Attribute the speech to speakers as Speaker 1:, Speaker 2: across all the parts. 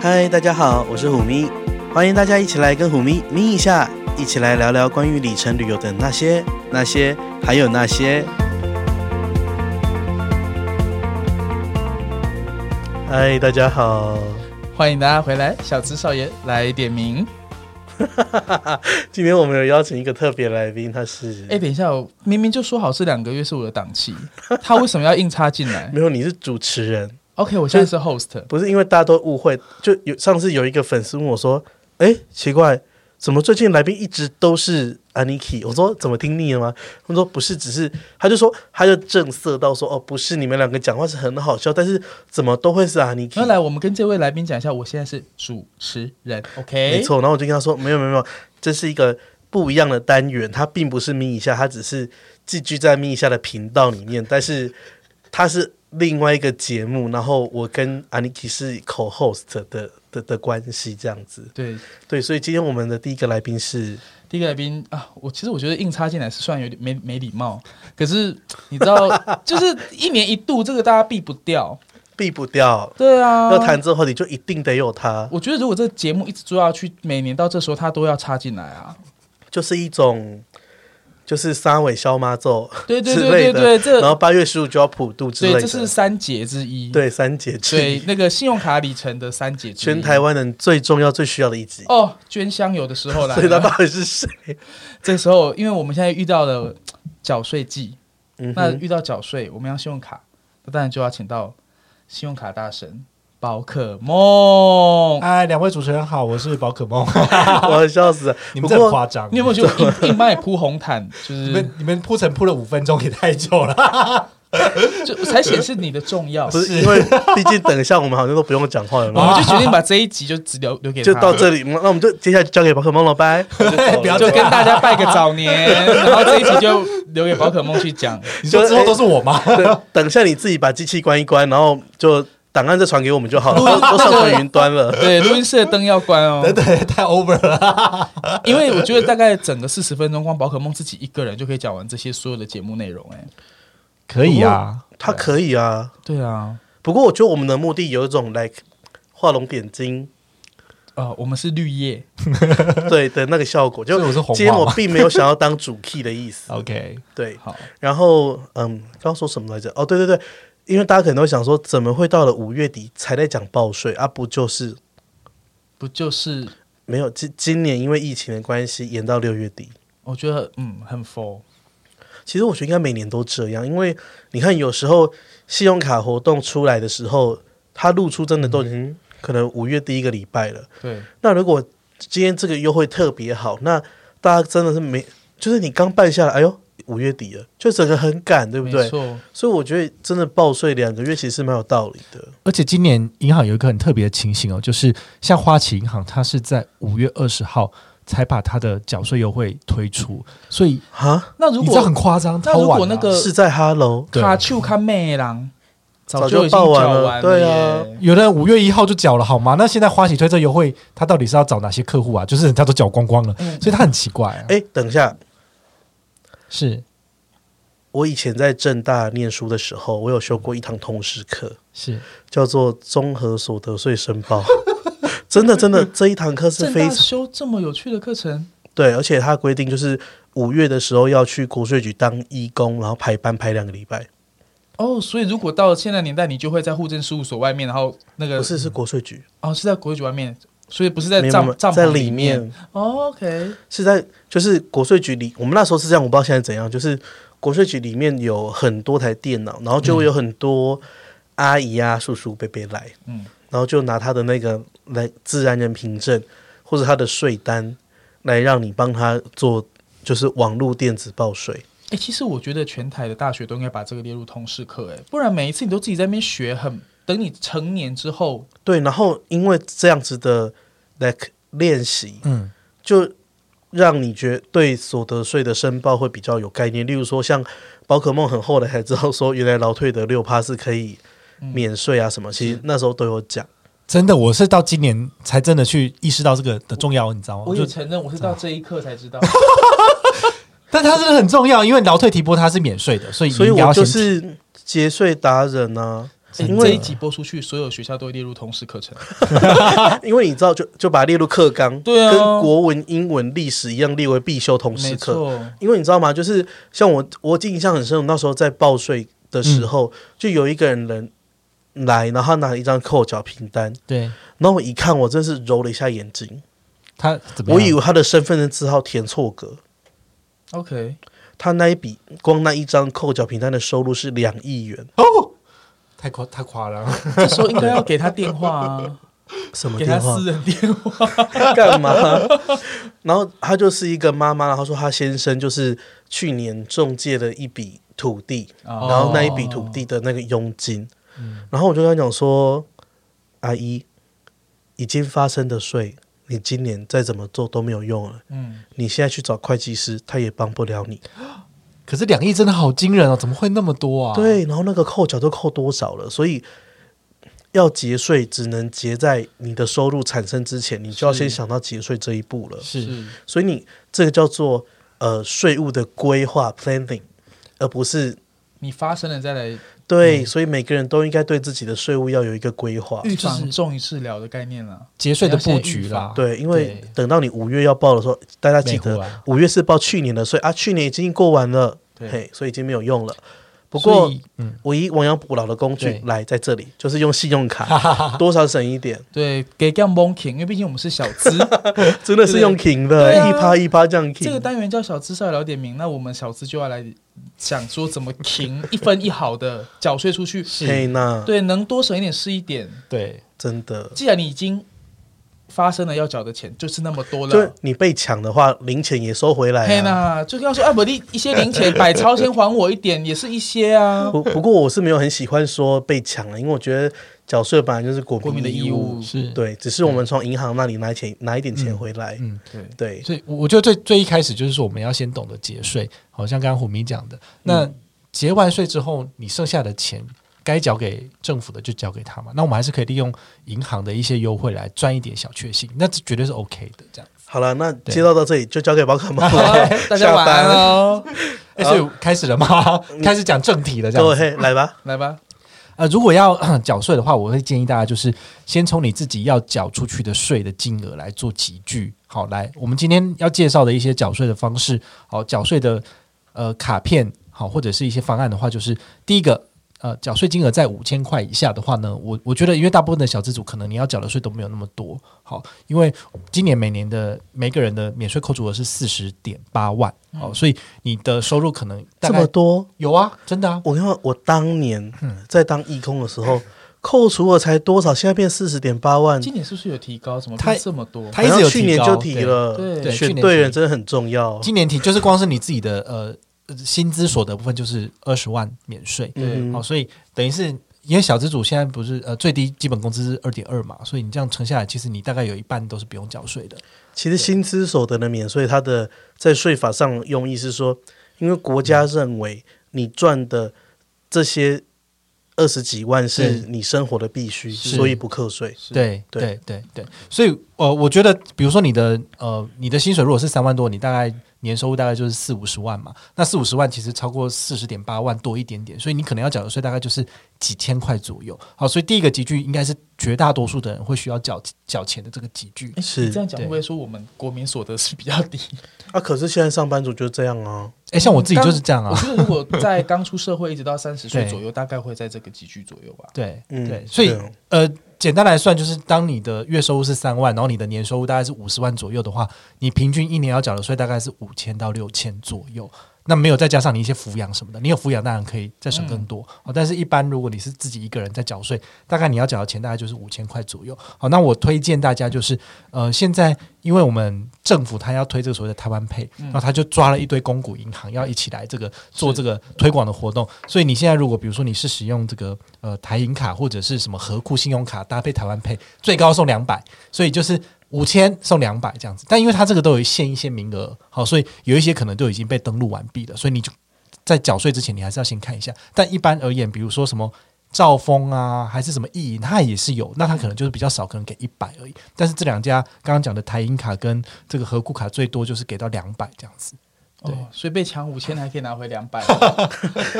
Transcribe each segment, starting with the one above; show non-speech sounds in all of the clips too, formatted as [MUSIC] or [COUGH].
Speaker 1: 嗨，大家好，我是虎咪，欢迎大家一起来跟虎咪咪一下，一起来聊聊关于里程旅游的那些、那些，还有那些。嗨，大家好，
Speaker 2: 欢迎大家回来，小资少爷来点名。
Speaker 1: 今天我们有邀请一个特别来宾，他是
Speaker 2: 哎，等一下，我明明就说好是两个月是我的档期， [LAUGHS] 他为什么要硬插进来
Speaker 1: 没有，你是主持人，
Speaker 2: ？OK，我现在是 host，
Speaker 1: 不是因为大家都误会，就有上次有一个粉丝问我说：“哎，奇怪，怎么最近来宾一直都是 Aniki？” 我说：“怎么听腻了吗？”他们说：“不是，只是。”他就说他就正色到说：“哦，不是，你们两个讲话是很好笑，但是怎么都会是 Aniki？”
Speaker 2: 那来我们跟这位来宾讲一下，我现在是主持人
Speaker 1: 没
Speaker 2: ，OK？
Speaker 1: 错。然后我就跟他说：“没有，没有，没有，这是一个不一样的单元，它并不是咪一下，它只是寄居在咪一下的频道里面，但是它是另外一个节目。然后我跟 Aniki 是 co-host 的的的关系，这样子。
Speaker 2: 对，
Speaker 1: 对，所以今天我们的第一个来宾是，
Speaker 2: 第一个来宾啊，我其实我觉得硬插进来是算有点没没礼貌，可是你
Speaker 1: [LAUGHS]
Speaker 2: 知道，就是一年一度这个大家避不掉，
Speaker 1: 避不掉，
Speaker 2: 对啊
Speaker 1: 要。谈这个话题就一定得有他，
Speaker 2: 我觉得如果这个节目一直做下去，每年到这时候他都要插进来啊。
Speaker 1: 就是一种就是三尾消妈咒
Speaker 2: 对对
Speaker 1: 之
Speaker 2: 对
Speaker 1: 类
Speaker 2: 对对，
Speaker 1: 的，
Speaker 2: 这
Speaker 1: 然后八月十五就要普渡之类
Speaker 2: 呃对
Speaker 1: 的，
Speaker 2: 这是三节之一。
Speaker 1: 对三节之
Speaker 2: 对
Speaker 1: 一，
Speaker 2: 那个信用卡里程的三节之一
Speaker 1: 全台湾人最重要最需要的一集。
Speaker 2: 哦，捐香油的时候来
Speaker 1: [LAUGHS] 所以他
Speaker 2: 了。
Speaker 1: 到底是谁？
Speaker 2: [LAUGHS] 这时候，因为我们现在遇到了缴税季，
Speaker 1: 嗯
Speaker 2: 那
Speaker 1: 哼，
Speaker 2: 遇到缴税，我们要信用卡，那当然就要请到信用卡大神宝可梦。
Speaker 1: [LAUGHS]
Speaker 3: 嗨，哎两位主持人好，我是宝可 [LAUGHS] 梦。
Speaker 1: 我要笑死了。
Speaker 3: 你
Speaker 1: 不
Speaker 3: 们这很
Speaker 1: 过
Speaker 3: 夸张，
Speaker 2: 你有没有觉得硬硬帮你铺红毯，
Speaker 1: [LAUGHS]
Speaker 2: 就
Speaker 3: 你
Speaker 2: 是
Speaker 3: 们你们铺陈铺了五分钟也太久了。
Speaker 2: 就才显示你的重要？
Speaker 1: 不是因为，毕竟等一下我们好像都不用讲话了
Speaker 3: [LAUGHS]
Speaker 2: 我
Speaker 1: 嘛，
Speaker 2: 们就决定把这一集就只留留给
Speaker 1: 就
Speaker 2: 他
Speaker 1: 到这里。那我们就接下来交给宝可梦了，拜。
Speaker 3: [LAUGHS] 不要
Speaker 2: 就
Speaker 3: 这
Speaker 2: 跟
Speaker 3: 样
Speaker 2: 大家拜个早年，然后这一集就留给宝可梦去讲。
Speaker 3: [LAUGHS] 你说之后都是我吗？
Speaker 1: 对等一下你自己把机器关一关，然后就档案再传给我们就好了，
Speaker 3: [LAUGHS]
Speaker 1: 都都上传云端了。
Speaker 2: 对，录音室的灯要关哦。
Speaker 3: [LAUGHS] 对对，太 over 了。
Speaker 2: 因为我觉得大概整个四十分钟，光宝可梦自己一个人就可以讲完这些所有的节目内容、哎，
Speaker 3: 可以啊，
Speaker 1: 他可以啊，
Speaker 2: 对啊，
Speaker 1: 不过我觉得我们的目的有一种 like 画龙点睛
Speaker 2: 呃，我们是绿叶，
Speaker 1: 对的那个效果，就
Speaker 3: 所以我是红
Speaker 1: 今天
Speaker 3: 袜
Speaker 1: 我
Speaker 3: 吗
Speaker 1: 并没有想要当主 key 的意思，
Speaker 3: ？OK，
Speaker 1: 对。
Speaker 2: 好，
Speaker 1: 然后嗯，刚刚说什么来着？哦，对对对，因为大家可能会想说，怎么会到了五月底才在讲报税啊？不就是
Speaker 2: 不就是？
Speaker 1: 没有今今年因为疫情的关系延到六月底。
Speaker 2: 我觉得嗯，很 full，
Speaker 1: 其实我觉得应该每年都这样，因为你看有时候信用卡活动出来的时候，它露出真的都已
Speaker 2: 嗯
Speaker 1: 经可能五月第一个礼拜了。
Speaker 2: 对，
Speaker 1: 那如果今天这个优惠特别好，那大家真的是没，就是你刚办下来，哎呦，五月底了，就整个很赶，对不
Speaker 2: 没
Speaker 1: 对？
Speaker 2: 错，
Speaker 1: 所以我觉得真的报税两个月其实是蛮有道理的。
Speaker 3: 而且今年银行有一个很特别的情形哦，就是像花旗银行，它是在五月二十号才把它的缴税优惠推出，所以
Speaker 1: 啊，
Speaker 2: 那如
Speaker 3: 你知道
Speaker 2: 果
Speaker 3: 很夸张，
Speaker 2: 那
Speaker 3: 超晚啊
Speaker 2: 如果那个
Speaker 1: 呃是在哈喽，
Speaker 3: 对
Speaker 2: 卡丘卡妹郎早
Speaker 1: 早就
Speaker 2: 已经
Speaker 1: 报
Speaker 2: 讲
Speaker 1: 完了
Speaker 2: 完
Speaker 1: 对啊
Speaker 2: 耶
Speaker 3: 有的人五月一号就缴了，好吗？那现在花旗推这优惠，他到底是要找哪些客户啊？就是人家都缴光光了，
Speaker 2: 嗯
Speaker 3: 所以他很奇怪啊。
Speaker 1: 哎，等一下，
Speaker 3: 是
Speaker 1: 我以前在正大念书的时候，我有修过一堂通识课，
Speaker 3: 是，
Speaker 1: 叫做综合所得税申报。 [LAUGHS] 真的，真的，这一堂课是
Speaker 2: 正
Speaker 1: 非
Speaker 2: 大
Speaker 1: 常
Speaker 2: 修这么有趣的课程，
Speaker 1: 对，而且它规定就是五月的时候要去国税局当义工，然后排班排两个礼拜，
Speaker 2: 哦，所以如果到现在年代，你就会在户政事务所外面，然后那个
Speaker 1: 不是是国税局，
Speaker 2: 哦是在国际外面，所以不是在
Speaker 1: 没有没有
Speaker 2: 帐帐
Speaker 1: 在
Speaker 2: 篷
Speaker 1: 里
Speaker 2: 面。
Speaker 1: 面
Speaker 2: 哦 OK，
Speaker 1: 是在就是国税局里，我们那时候是这样，我不知道现在怎样，就是国税局里面有很多台电脑，然后就会有很多阿姨啊、叔叔、伯伯来，
Speaker 2: 嗯，
Speaker 1: 然后就拿他的那个来自然人凭证或者他的税单来让你帮他做，就是网络电子报税。
Speaker 2: 哎、其实我觉得全台的大学都应该把这个列入通识课，哎，不然每一次你都自己在那边学很，等你成年之后，
Speaker 1: 对，然后因为这样子的 like 练习，
Speaker 3: 嗯，
Speaker 1: 就让你觉对所得税的申报会比较有概念。例如说，像宝可梦很后来才知道说，原来劳退的六趴是可以
Speaker 2: 嗯
Speaker 1: 免税啊什么，其实那时候都有讲。
Speaker 3: 真的，我是到今年才真的去意识到这个的重要，你知道
Speaker 1: 哦
Speaker 3: 吗？
Speaker 2: 我也
Speaker 3: 就
Speaker 2: 承认我是
Speaker 1: 啊
Speaker 2: 到这一刻
Speaker 1: [LAUGHS]
Speaker 2: 才知道。
Speaker 3: 但它真的很重要，因为劳退提拨它是免税的，所以
Speaker 1: 所以
Speaker 3: 你应该
Speaker 1: 我
Speaker 3: 要
Speaker 1: 就
Speaker 3: 先提
Speaker 1: 是节税达人啊，
Speaker 2: 哎
Speaker 1: 因
Speaker 2: 这
Speaker 1: 为
Speaker 2: 一集播出去，所有学校都会列入通识课程。
Speaker 1: 因为你知道就，就把它列入课纲，
Speaker 2: 对啊
Speaker 1: 跟国文、英文、历史一样列为必修通识
Speaker 2: 没
Speaker 1: 课。
Speaker 2: 错，
Speaker 1: 因为你知道吗？就是像我，我印象很深，我那时候在报税的时候，
Speaker 3: 嗯
Speaker 1: 就有一个人来，然后他拿了一张扣缴凭单，
Speaker 3: 对
Speaker 1: 然后我一看，我真是揉了一下眼睛，
Speaker 3: 他怎么样？
Speaker 1: 我以为他的身份证字号填错格，
Speaker 2: OK，
Speaker 1: 他那一笔光那一张扣缴凭单的收入是两亿元，
Speaker 3: 哦，太夸太夸张了， [LAUGHS]
Speaker 2: 这时候应该要给他电话
Speaker 1: [LAUGHS]
Speaker 2: 啊，
Speaker 1: 什么
Speaker 2: 给他
Speaker 1: 电话
Speaker 2: 私人电话。
Speaker 1: [LAUGHS] 干嘛？然后他就是一个妈妈，然后说他先生就是去年中介了一笔土地，
Speaker 2: 哦嗯
Speaker 1: 然后那一笔土地的那个佣金，然后我就跟他讲说，阿姨，已经发生的税，你今年再怎么做都没有用了，
Speaker 2: 嗯，
Speaker 1: 你现在去找会计师，他也帮不了你。
Speaker 3: 可是两亿真的好惊人哦，怎么会那么多啊？，
Speaker 1: 对，然后那个扣缴都扣多少了，所以。要节税，只能节在你的收入产生之前，你就要
Speaker 2: 是
Speaker 1: 先想到节税这一步了。
Speaker 3: 是
Speaker 1: 所以你这个叫做呃税务的规划 planning，而不是
Speaker 2: 你发生了再来
Speaker 1: 哦
Speaker 2: 嗯
Speaker 1: 对，所以每个人都应该对自己的税务要有一个规划。
Speaker 2: 预防重于治疗的概念了。
Speaker 3: 节税的布局
Speaker 2: 哦
Speaker 3: 啦，
Speaker 1: 对，因为
Speaker 3: 对
Speaker 1: 等到你五月要报的时候，大家记
Speaker 3: 没
Speaker 1: 得
Speaker 3: 货啊
Speaker 1: 五月是报去年的税啊，去年已经过完了，
Speaker 2: 对
Speaker 1: 嘿，所以已经没有用了。不
Speaker 3: 不
Speaker 1: 过，
Speaker 3: 嗯，
Speaker 1: 唯一亡羊补牢的工具
Speaker 3: 对
Speaker 2: 嗯
Speaker 1: 来在这里，就是用信用
Speaker 2: [LAUGHS]
Speaker 1: 卡，多少省一点，
Speaker 2: 对，给 g a m b o n g 因为毕竟我们是小
Speaker 1: [LAUGHS]
Speaker 2: 资，
Speaker 1: 真的是用停的，
Speaker 2: 对啊
Speaker 1: 一趴一趴这样
Speaker 2: 这个
Speaker 1: 停。
Speaker 2: 单元叫小资少聊点名，那我们小资就要来想说
Speaker 1: [LAUGHS]
Speaker 2: 怎么停一分一毫的缴税出去。
Speaker 1: 嘿，那
Speaker 2: 对，能多省一点是一点。
Speaker 3: 对，
Speaker 1: 真的，
Speaker 2: 既然你已经发生了要缴的钱，就是那么多
Speaker 1: 就
Speaker 2: 了。
Speaker 1: 你被抢的话，零钱也收回来、啊。
Speaker 2: 嘿呐，就要说啊，不，你一些零钱百超先还我一点，也是一些啊。
Speaker 1: 不不过我是没有很喜欢说被抢啊了，因为我觉得缴税本来就是国
Speaker 2: 国民的义
Speaker 1: 义
Speaker 2: 务，
Speaker 3: 是，
Speaker 1: 对，只是我们从银行那里拿钱拿一点钱回来，
Speaker 3: 嗯。
Speaker 2: 对，
Speaker 1: 对，
Speaker 3: 所以，我我觉得最最一开始就是说，我们要先懂得节税，好像刚刚虎明讲的，那节完税之后，你剩下的钱该缴给政府的就交给他嘛。那我们还是可以利用银行的一些优惠来赚一点小确幸，那这绝对是 OK 的。这样，
Speaker 1: 好了，那介绍到这里就交给宝可梦
Speaker 2: 好
Speaker 1: [LAUGHS]
Speaker 3: [LAUGHS]
Speaker 1: 了，
Speaker 2: 大家晚
Speaker 1: 下班
Speaker 2: 安哦
Speaker 1: 了，
Speaker 2: 喽，
Speaker 3: 哎、所以开始了吗？开始讲正题了，这样子。
Speaker 1: 对，来吧，
Speaker 2: 来吧。
Speaker 3: 呃，如果要 [CLEARS THROAT] 咳缴税的话，我会建议大家就是先从你自己要缴出去的税的金额来做集聚。好，来，我们今天要介绍的一些缴税的方式，好，缴税的呃卡片，好，或者是一些方案的话，就是第一个。呃，缴税金额在五千块以下的话呢，我我觉得，因为大部分的小资主可能你要缴的税都没有那么多，好，因为今年每年的每个人的免税扣除额是四十点八万，好、所以你的收入可能大
Speaker 1: 嗯这么
Speaker 3: 概
Speaker 1: 多，
Speaker 3: 有啊，真的啊，
Speaker 1: 我看我当年
Speaker 3: 嗯
Speaker 1: 在当义工的时候，扣除额才多少，现在变四十点八万，
Speaker 2: 今年是不是有提高？怎么
Speaker 3: 他
Speaker 2: 变这么多？
Speaker 3: 他一直有
Speaker 1: 好像去年
Speaker 3: 提
Speaker 1: 就
Speaker 3: 高
Speaker 1: 提
Speaker 3: 对
Speaker 1: 了，
Speaker 2: 对
Speaker 3: 对
Speaker 1: 选
Speaker 3: 去年
Speaker 1: 对
Speaker 3: 提
Speaker 1: 人真的很重要，
Speaker 3: 今年提就是光是你自己的呃呃薪资所得部分就是二十万免税，
Speaker 2: 对
Speaker 1: 嗯
Speaker 3: 好、所以等于是因为小资主现在不是呃最低基本工资是二点二嘛，所以你这样乘下来，其实你大概有一半都是不用缴税的。
Speaker 1: 其实薪资所得的免税，它的在税法上的用意是说，因为国家认为你赚的这些二十几万是
Speaker 3: 对
Speaker 1: 你生活的必须，
Speaker 3: 是
Speaker 1: 所以不课税。
Speaker 2: 是
Speaker 3: 对
Speaker 1: 对
Speaker 3: 对对对，所以呃，我觉得比如说你的呃你的薪水如果是三万多，你大概年收入大概就是四五十万嘛，那四五十万其实超过四十点八万多一点点，所以你可能要缴的税大概就是几千块左右。好，所以第一个集聚应该是绝大多数的人会需要缴缴钱的这个集聚。
Speaker 2: 诶
Speaker 1: 是
Speaker 2: 你这样讲，
Speaker 3: 对
Speaker 2: 会不会说我们国民所得是比较低？
Speaker 1: 啊，可是现在上班族就这样啊，
Speaker 3: 哎，像我自己就是这样啊
Speaker 2: 我。觉得如果在刚出社会一直到三十岁
Speaker 3: 对
Speaker 2: 左右，大概会在这个集聚左右吧。
Speaker 3: 对，
Speaker 1: 嗯
Speaker 3: 对，所以
Speaker 1: 对啊
Speaker 3: 呃，简单来算，就是当你的月收入是三万，然后你的年收入大概是五十万左右的话，你平均一年要缴的税大概是五千到六千左右。那没有再加上你一些抚养什么的，你有抚养当然可以再省
Speaker 1: 嗯
Speaker 3: 更多、哦。但是，一般如果你是自己一个人在缴税，大概你要缴的钱大概就是五千块左右。好，那我推荐大家就是，呃，现在因为我们政府它要推这个所谓的台湾配，然后他就抓了一堆公股银行要一起来这个做这个推广的活动。所以你现在如果比如说你是使用这个呃台银卡或者是什么和库信用卡搭配台湾配，最高送两百，所以就是。五千送两百这样子，但因为它这个都有限一些名额，好，所以有一些可能都已经被登录完毕了，所以你就在缴税之前，你还是要先看一下。但一般而言，比如说什么兆丰啊，还是什么意银，它也是有，那它可能就是比较少，可能给一百而已。但是这两家刚刚讲的台银卡跟这个和固卡最多就是给到两百这样子。对
Speaker 2: 哦，所以被抢五千还可以拿回两百，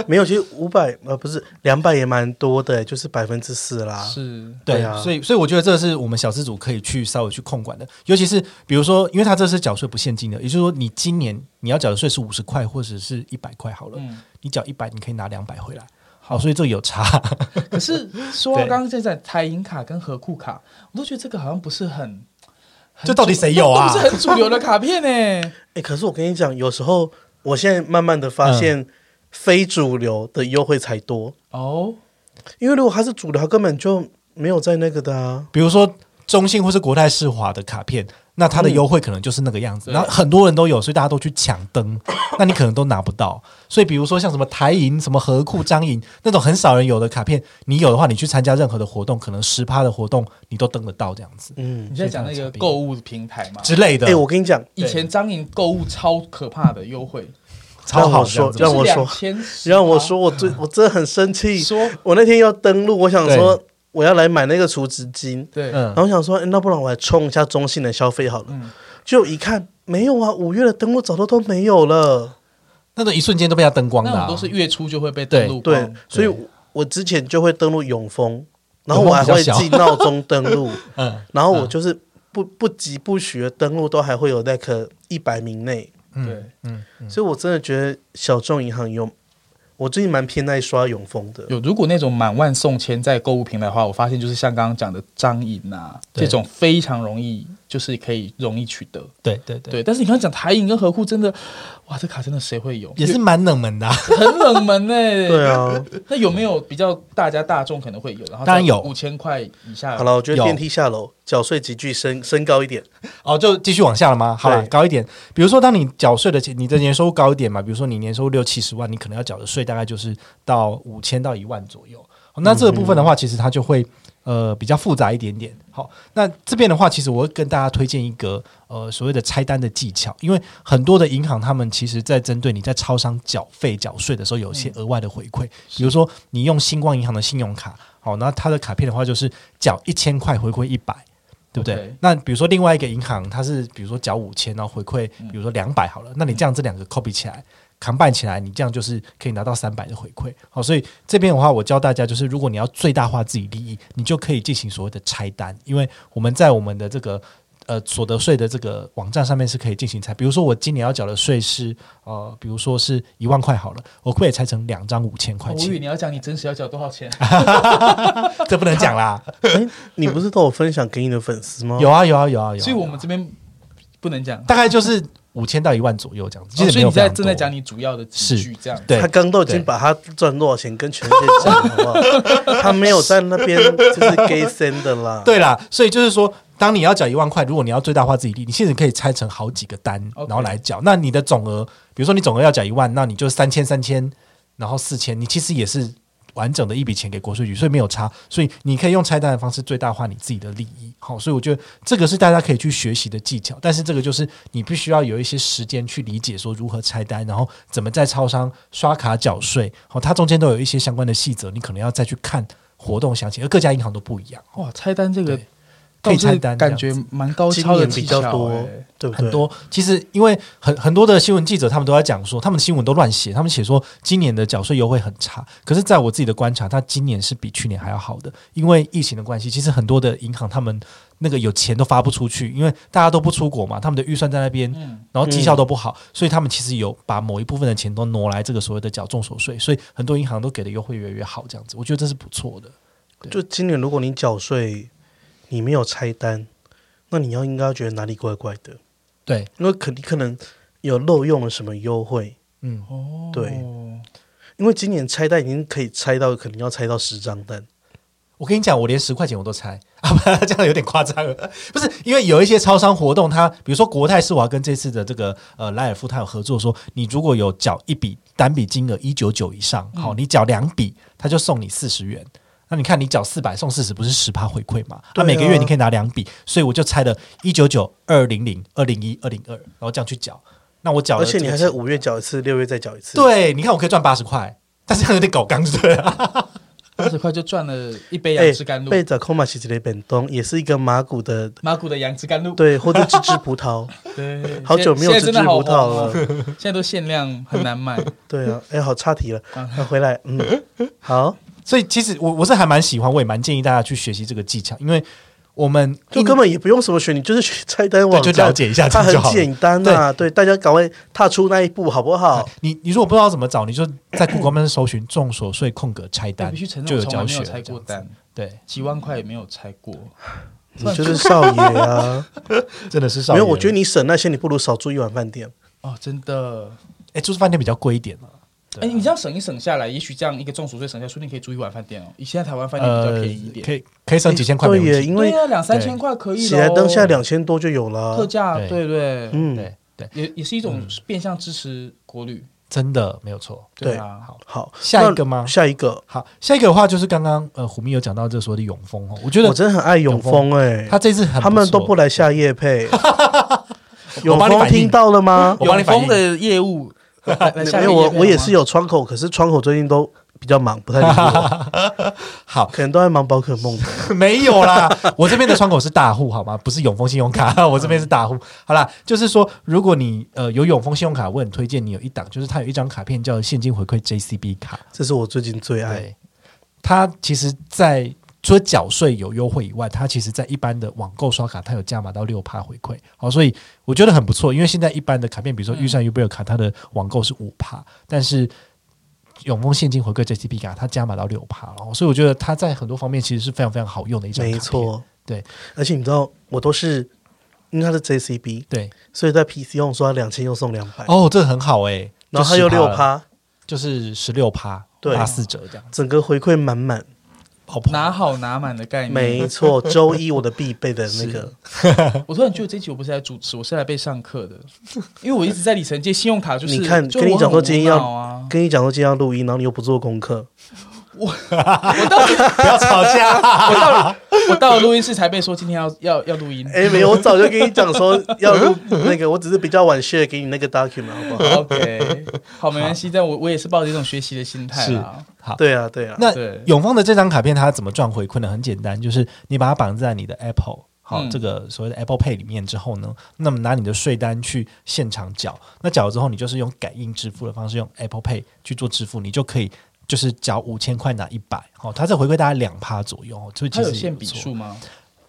Speaker 1: 没有，其实五百呃不是两百也蛮多的，欸就是百分之四啦。[LAUGHS]
Speaker 2: [LAUGHS] 是
Speaker 3: 对
Speaker 1: 对啊
Speaker 3: 所以所以我觉得这是我们小资主可以去稍微去控管的，尤其是比如说，因为他这是缴税不现金的，也就是说你今年你要缴的税是五十块或者是一百块好了，
Speaker 2: 嗯。
Speaker 3: 你缴一百你可以拿两百回来，好，所以这有差，
Speaker 2: 可是说到
Speaker 3: 对
Speaker 2: 刚刚在在台银卡跟和库卡，我都觉得这个好像不是很，很
Speaker 3: 这到底
Speaker 2: 主
Speaker 3: 谁有啊
Speaker 2: 都不是很主流的卡片呢、
Speaker 3: [LAUGHS]
Speaker 1: 哎、可是我跟你讲，有时候我现在慢慢的发
Speaker 2: 嗯
Speaker 1: 现，非主流的优惠才多，
Speaker 2: 哦，
Speaker 1: 因为如果它是主流，它根本就没有在那个的啊。
Speaker 3: 比如说中信或是国泰世华的卡片，那它的优惠可能就是那个样子，
Speaker 2: 对
Speaker 3: 然后很多人都有，所以大家都去抢登，那你可能都拿不到。所以比如说像什么台银、什么和库、张银那种很少人有的卡片，你有的话，你去参加任何的活动，可能十趴的活动你都登得到这样子
Speaker 1: 嗯，
Speaker 2: 你在讲那个购物平台嘛？
Speaker 3: 之类的。
Speaker 1: 哎、我跟你讲，
Speaker 2: 以前张颖购物超可怕的优惠，
Speaker 3: 超
Speaker 1: 让
Speaker 3: 好
Speaker 1: 我说
Speaker 3: 这样
Speaker 1: 让
Speaker 3: 子
Speaker 1: 我说
Speaker 2: 千，
Speaker 1: 让我说，我最
Speaker 2: 嗯
Speaker 1: 我真的很生气。
Speaker 2: 说，
Speaker 3: 嗯
Speaker 1: 我那天要登录，我想说我要来买那个除脂巾，
Speaker 2: 对，
Speaker 1: 然
Speaker 3: 嗯，
Speaker 1: 后想说、欸诶那不然我来冲一下中性的消费好了。
Speaker 2: 嗯，
Speaker 1: 就一看，没有啊，五月的登录早都都没有了。
Speaker 3: 那种一瞬间都被它灯光
Speaker 2: 那
Speaker 3: 的、
Speaker 2: 种
Speaker 3: 啊，
Speaker 2: 都是月初就会被登录光
Speaker 1: 对，
Speaker 3: 哦
Speaker 1: 所以我我之前就会登录永丰，然后
Speaker 3: 永
Speaker 1: 我
Speaker 3: 丰
Speaker 1: 还
Speaker 3: 比较
Speaker 1: 会
Speaker 3: 小
Speaker 1: 记闹钟登录，
Speaker 3: [LAUGHS] 嗯
Speaker 1: 然后我就是不不急不徐的登录，都还会有那个一百名内。
Speaker 3: 嗯
Speaker 2: 对
Speaker 3: 嗯嗯，
Speaker 1: 所以我真的觉得小众银行有，我最近蛮偏爱刷永丰的。
Speaker 2: 有如果那种满万送千在购物平台的话，我发现就是像刚刚讲的张颖啊
Speaker 3: 对
Speaker 2: 这种非常容易，就是可以容易取得。
Speaker 3: 对对对，
Speaker 2: 对，但是你刚刚讲台银跟和库真的，哇，这卡真的谁会有？
Speaker 3: 也是蛮冷门的、啊。
Speaker 2: 很冷门
Speaker 1: [LAUGHS]
Speaker 2: 呢、[LAUGHS]
Speaker 1: 对
Speaker 3: [LAUGHS]
Speaker 1: 啊，
Speaker 2: 那有没有比较大家大众可能会有？然后
Speaker 3: 当然有
Speaker 2: 五千块以下。哦
Speaker 1: 好了，，我觉得
Speaker 3: 有
Speaker 1: 电梯下楼缴税急剧升升高一点。
Speaker 3: 哦，就继续往下了吗？好了，
Speaker 1: 对
Speaker 3: 高一点。比如说，当你缴税的钱，你的年收入高一点嘛，比如说你年收入六七十万，你可能要缴的税大概就是到五千到一万左右。好那这个部分的话，其实它就会呃比较复杂一点点。好，那这边的话，其实我会跟大家推荐一个呃所谓的拆单的技巧，因为很多的银行他们其实在针对你在超商缴费缴税的时候，有一些额外的回馈，比如说你用星光银行的信用卡，好，那它的卡片的话就是缴一千块回馈一百。对不对
Speaker 2: OK
Speaker 3: 那比如说另外一个银行，它是比如说缴五千，然后回馈，比如说两百好了，那你这样这两个 copy 起来，combine 起来，你这样就是可以拿到三百的回馈。好，所以这边的话，我教大家就是，如果你要最大化自己利益，你就可以进行所谓的拆单，因为我们在我们的这个。呃，所得税的这个网站上面是可以进行拆，比如说我今年要缴的税是呃，比如说是一万块好了，我可以拆成两张五千块
Speaker 2: 我以为
Speaker 3: 钱，
Speaker 2: 你要讲你真实要缴多少钱？
Speaker 3: 这不能讲啦。
Speaker 1: 哎，你不是都有分享给你的粉丝吗？
Speaker 3: 有啊有啊有啊有啊
Speaker 2: 所以我们这边不能讲。
Speaker 3: 大概就是五千到一万左右这样子。其
Speaker 2: 哦
Speaker 3: 实
Speaker 2: 所
Speaker 3: 没
Speaker 2: 以
Speaker 3: 有
Speaker 2: 你
Speaker 3: 非
Speaker 2: 在
Speaker 3: 常多、
Speaker 2: 正在讲你主要的几
Speaker 3: 是
Speaker 2: 句这样。
Speaker 3: 对
Speaker 1: 他刚都已经
Speaker 3: 对
Speaker 1: 把他赚多少钱跟全世界讲了，好不好？他没有在那边就是
Speaker 3: [LAUGHS]
Speaker 1: gay send 的啦。
Speaker 3: 对啦，所以就是说，当你要缴一万块，如果你要最大化自己利，你其实可以拆成好几个单，
Speaker 2: OK
Speaker 3: 然后来缴。那你的总额，比如说你总额要缴一万，那你就三千、三千，然后四千，你其实也是完整的一笔钱给国税局，所以没有差。所以你可以用拆单的方式最大化你自己的利益。好，所以我觉得这个是大家可以去学习的技巧，但是这个就是你必须要有一些时间去理解说如何拆单，然后怎么在超商刷卡缴税。好，它中间都有一些相关的细则，你可能要再去看。活动详情，而各家银行都不一样。
Speaker 2: 哇，拆单这个
Speaker 3: 对可以
Speaker 2: 倒是
Speaker 3: 拆单
Speaker 2: 感觉蛮高超的技巧
Speaker 1: 今年比较多
Speaker 2: 欸
Speaker 1: 对不对？
Speaker 3: 很多其实因为很很多的新闻记者他们都在讲说，他们的新闻都乱写，他们写说今年的缴税优惠很差。可是，在我自己的观察，它今年是比去年还要好的，因为疫情的关系，其实很多的银行他们那个有钱都发不出去，因为大家都不出国嘛，他们的预算在那边，
Speaker 2: 嗯，
Speaker 3: 然后绩效都不好，所以他们其实有把某一部分的钱都挪来这个所谓的缴重手税，所以很多银行都给的优惠越来越好，这样子，我觉得这是不错的。
Speaker 1: 就今年如果你缴税，你没有拆单，那你要应该觉得哪里怪怪的，
Speaker 3: 对，
Speaker 1: 因为可你可能有漏用了什么优惠。
Speaker 3: 嗯，
Speaker 2: 哦，
Speaker 1: 对因为今年拆单已经可以拆到，可能要拆到十张单。
Speaker 3: 我跟你讲，我连十块钱我都拆 [LAUGHS] 啊！不，这样有点夸张了。不是因为有一些超商活动它，比如说国泰世华跟这次的这个呃莱尔富，它有合作说，你如果有缴一笔单笔金额一九九以上，
Speaker 1: 嗯
Speaker 3: 好，你缴两笔，他就送你四十元。那你看，你缴四百送四十，不是十趴回馈嘛？
Speaker 1: 对啊
Speaker 3: 每个月你可以拿两笔，所以我就拆了一九九、二零零、二零一、二零二，然后这样去缴。那我缴了
Speaker 1: 而
Speaker 3: 这个
Speaker 1: 且
Speaker 3: 钱，
Speaker 1: 你还在五月缴一次，六月再缴一次。，
Speaker 3: 对，你看我可以赚八十块，但是这样有点搞刚对啊。
Speaker 2: 八十块就赚了一杯杨
Speaker 1: 哎
Speaker 2: 枝甘露，
Speaker 1: 被 Zacoma 其实的本东也是一个马古的，
Speaker 2: 马古的杨枝甘露。 [LAUGHS]
Speaker 1: 对，或者芝芝葡萄，
Speaker 2: 对，
Speaker 1: 好久没有
Speaker 2: 现
Speaker 1: 吃
Speaker 2: 在真的
Speaker 1: 芝
Speaker 2: 好
Speaker 1: 葡萄
Speaker 2: 红哦
Speaker 1: 了。
Speaker 2: 现在都限量，很难
Speaker 3: [LAUGHS]
Speaker 2: 买。
Speaker 1: 对啊，哎，好差题了，那回来，嗯，好，
Speaker 3: 所以其实我我是还蛮喜欢，我也蛮建议大家去学习这个技巧，因为我们
Speaker 1: 就根本也不用什么选，你就是去菜单网
Speaker 3: 嗯
Speaker 1: 站
Speaker 3: 对就了解一下这
Speaker 1: 它
Speaker 3: 样
Speaker 1: 很
Speaker 3: 就好了。
Speaker 1: 简单呐、对，大家赶快踏出那一步，好不好？
Speaker 3: 你你如果不知道怎么找，你就在 Google 上面搜寻“众所税空格拆
Speaker 2: 我
Speaker 3: 单
Speaker 2: 哎必须承”，认，
Speaker 3: 就
Speaker 2: 我
Speaker 3: 有
Speaker 2: 从来
Speaker 3: 教
Speaker 2: 没有
Speaker 3: 学。
Speaker 2: 拆过单，
Speaker 3: 对，
Speaker 2: 几万块也没有拆过。
Speaker 1: 你就是少爷啊！
Speaker 3: 真的嗯 [LAUGHS] 是少
Speaker 1: 没
Speaker 3: 爷
Speaker 1: 有，我觉得你省那些，你不如少住一晚饭店。
Speaker 2: 哦，真的。
Speaker 3: 哎，住宿饭店比较贵一点嘛。
Speaker 2: 哎，你这样省一省下来，也许这样一个中暑税省下来，说不定可以住一晚饭店哦。以现在台湾饭店比较便宜一点，
Speaker 3: 呃可以可以省几千块没
Speaker 1: 对
Speaker 3: 问
Speaker 1: 耶，
Speaker 3: 题。
Speaker 1: 因为
Speaker 2: 对啊，两三千
Speaker 3: 对
Speaker 2: 块可以
Speaker 1: 喜来
Speaker 2: 咯
Speaker 1: 登现在两千多就有了
Speaker 2: 特
Speaker 1: 啊。
Speaker 2: 价，
Speaker 3: 对嗯
Speaker 2: 对对，
Speaker 1: 嗯，
Speaker 3: 对对，
Speaker 2: 也也是一种变相支持国旅。
Speaker 3: 真的没有错。
Speaker 1: 对
Speaker 2: 啊，好，
Speaker 1: 好，
Speaker 3: 下一个吗
Speaker 1: 那下一个，
Speaker 3: 好，下一个的话就是刚刚呃虎迷有讲到这所谓的永丰哦，我觉
Speaker 1: 我
Speaker 3: 得
Speaker 1: 真的很爱永丰哎，
Speaker 3: 他这次很
Speaker 1: 他们都不
Speaker 3: 错
Speaker 1: 来下夜配。
Speaker 3: [LAUGHS] 我
Speaker 1: 永
Speaker 3: 帮你
Speaker 1: 丰
Speaker 3: 反应
Speaker 1: 听到了吗？
Speaker 3: 我帮你
Speaker 2: 永
Speaker 3: 反应
Speaker 2: 丰的业 [LAUGHS] 务，
Speaker 1: 没有，我我也是有窗口，可是窗口最近都比较忙，不太理
Speaker 3: [LAUGHS]
Speaker 1: 我，
Speaker 3: 好，
Speaker 1: 可能都在忙宝可梦吧。
Speaker 3: [LAUGHS] 没有啦，我这边的窗口是大户好吗？不是永丰信用卡， [LAUGHS] 我这边是大户。好啦，就是说如果你呃有永丰信用卡，我很推荐你有一档，就是它有一张卡片叫现金回馈 JCB 卡，
Speaker 1: 这是我最近最爱。
Speaker 3: 对，它其实在，除了缴税有优惠以外，它其实在一般的网购刷卡，它有加码到六趴回馈，好，所以我觉得很不错。因为现在一般的卡片，
Speaker 1: 嗯
Speaker 3: 比如说预算 Uber 卡，它的网购是五趴，但是永丰现金回馈 JCP 卡，它加码到六趴，然后所以我觉得它在很多方面其实是非常非常好用的一张
Speaker 1: 没
Speaker 3: 卡片。，
Speaker 1: 错，
Speaker 3: 对。
Speaker 1: 而且你知道，我都是因为它是 JCB，
Speaker 3: 对，
Speaker 1: 所以在 PC 用刷两千又送两百、
Speaker 3: 哦，这个很好哎、
Speaker 1: 然后它又
Speaker 3: 就10%
Speaker 1: 六
Speaker 3: 了，
Speaker 1: 趴，
Speaker 3: 就是十六趴，
Speaker 1: 对
Speaker 3: 八四折这样，
Speaker 1: 整个回馈满满。
Speaker 3: 爆棚
Speaker 2: 拿好拿满的
Speaker 3: 嗯
Speaker 2: 概念。
Speaker 1: 没
Speaker 3: [LAUGHS]
Speaker 1: 错，周一我的必备的那个，
Speaker 2: 我突然觉得这一集我不是来主持，我是来被上课的， [LAUGHS] 因为我一直在里程界信用卡就是，
Speaker 1: 你看
Speaker 2: 就
Speaker 1: 跟你讲说
Speaker 2: 我很
Speaker 1: 今天要
Speaker 2: 无脑啊，
Speaker 1: 跟你讲说今天要录音，然后你又不做功
Speaker 3: [LAUGHS]
Speaker 1: 课，
Speaker 2: 我到底
Speaker 3: 不要吵
Speaker 1: [LAUGHS]
Speaker 3: 架。
Speaker 2: 我到我到了录音室才被说今天要 [LAUGHS] 要要录音。
Speaker 1: [LAUGHS] 哎，没有，我早就跟你讲说要
Speaker 3: [LAUGHS]
Speaker 1: 录那个，我只是比较晚 share 给你那个 document，好不好？
Speaker 2: OK，好，没关系，但我我也是抱着一种学习的心态啦。
Speaker 3: 好，
Speaker 1: 对啊，对啊，
Speaker 3: [LAUGHS] 那
Speaker 2: 对
Speaker 3: 永丰的这张卡片它怎么赚回馈呢？很简单，就是你把它绑在你的 Apple 好、
Speaker 2: 嗯
Speaker 3: 这个所谓的 Apple Pay 里面之后呢，那么拿你的税单去现场缴，那缴了之后你就是用感应支付的方式，用 Apple Pay 去做支付，你就可以就是缴五千块拿一百，好，它再回馈大概两趴左右，所以
Speaker 2: 它
Speaker 3: 其实
Speaker 2: 有
Speaker 3: 也
Speaker 2: 限
Speaker 3: 不
Speaker 2: 笔
Speaker 3: 错，
Speaker 2: 数吗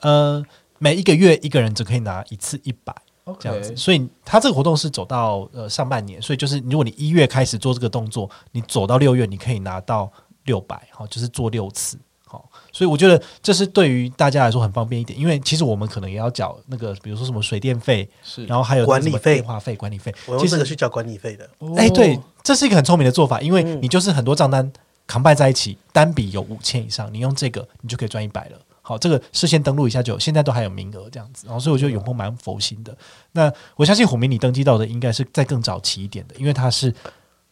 Speaker 3: 呃，每一个月一个人只可以拿一次一百。这样子，
Speaker 2: ？OK，
Speaker 3: 所以它这个活动是走到呃上半年，所以就是如果你一月开始做这个动作，你走到六月，你可以拿到六百，好，就是做六次，好、所以我觉得这是对于大家来说很方便一点，因为其实我们可能也要缴那个，比如说什么水电费，
Speaker 2: 是
Speaker 3: 然后还有
Speaker 1: 管理
Speaker 3: 那个什么
Speaker 1: 费
Speaker 3: 电话费、管理费，
Speaker 1: 我用
Speaker 3: 其
Speaker 1: 这
Speaker 3: 实
Speaker 1: 个去缴管理费的，
Speaker 3: 哎、对
Speaker 2: 哦，
Speaker 3: 这是一个很聪明的做法，
Speaker 1: 嗯
Speaker 3: 因为你就是很多账单 combine 在一起，单笔有五千以上，你用这个你就可以赚一百了。好，这个事先登录一下就有，现在都还有名额这样子，哦然后所以我觉得永丰蛮佛心的。那我相信虎明你登记到的应该是再更早期一点的，因为它是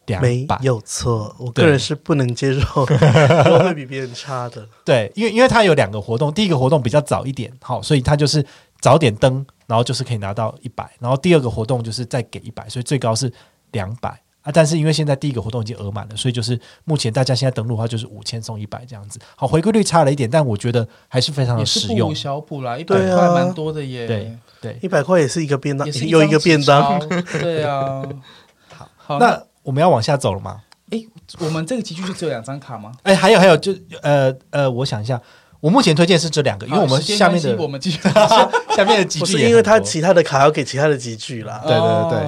Speaker 3: 两
Speaker 1: 没
Speaker 3: 百，
Speaker 1: 有错，我
Speaker 3: 对
Speaker 1: 个人是不能接
Speaker 3: [LAUGHS]
Speaker 1: 受都会比别人差的。
Speaker 3: 对，因为因为它有两个活动，第一个活动比较早一点，好，所以它就是早点登，然后就是可以拿到一百，然后第二个活动就是再给一百，所以最高是两百啊。但是因为现在第一个活动已经额满了，所以就是目前大家现在登录的话就是五千送一百这样子，好，回归率差了一点，但我觉得还是非常
Speaker 2: 也
Speaker 3: 的
Speaker 2: 是
Speaker 3: 啊实
Speaker 2: 不
Speaker 3: 用
Speaker 2: 无。小补啦，一百
Speaker 1: 对
Speaker 2: 块
Speaker 1: 啊
Speaker 2: 蛮多的耶。
Speaker 3: 对对，
Speaker 1: 一百块也是一个便当，
Speaker 2: 也是
Speaker 1: 又一个便当。
Speaker 2: 张纸钞。对啊，好，好，那
Speaker 3: 那我们要往下走了吗？
Speaker 2: 诶，我们这个集聚就只有两张卡吗？
Speaker 3: 哎，还有还有，就呃呃，我想一下，我目前推荐是这两个，因为我们
Speaker 2: 好时间
Speaker 3: 下面
Speaker 2: 关
Speaker 3: 的
Speaker 2: 系我们继续。
Speaker 3: 下面的几
Speaker 1: 不
Speaker 3: 句
Speaker 1: 是
Speaker 3: 也
Speaker 1: 因为
Speaker 3: 很
Speaker 1: 他
Speaker 3: 多
Speaker 1: 其啊他的卡要给其他的集聚啦，
Speaker 3: 对对对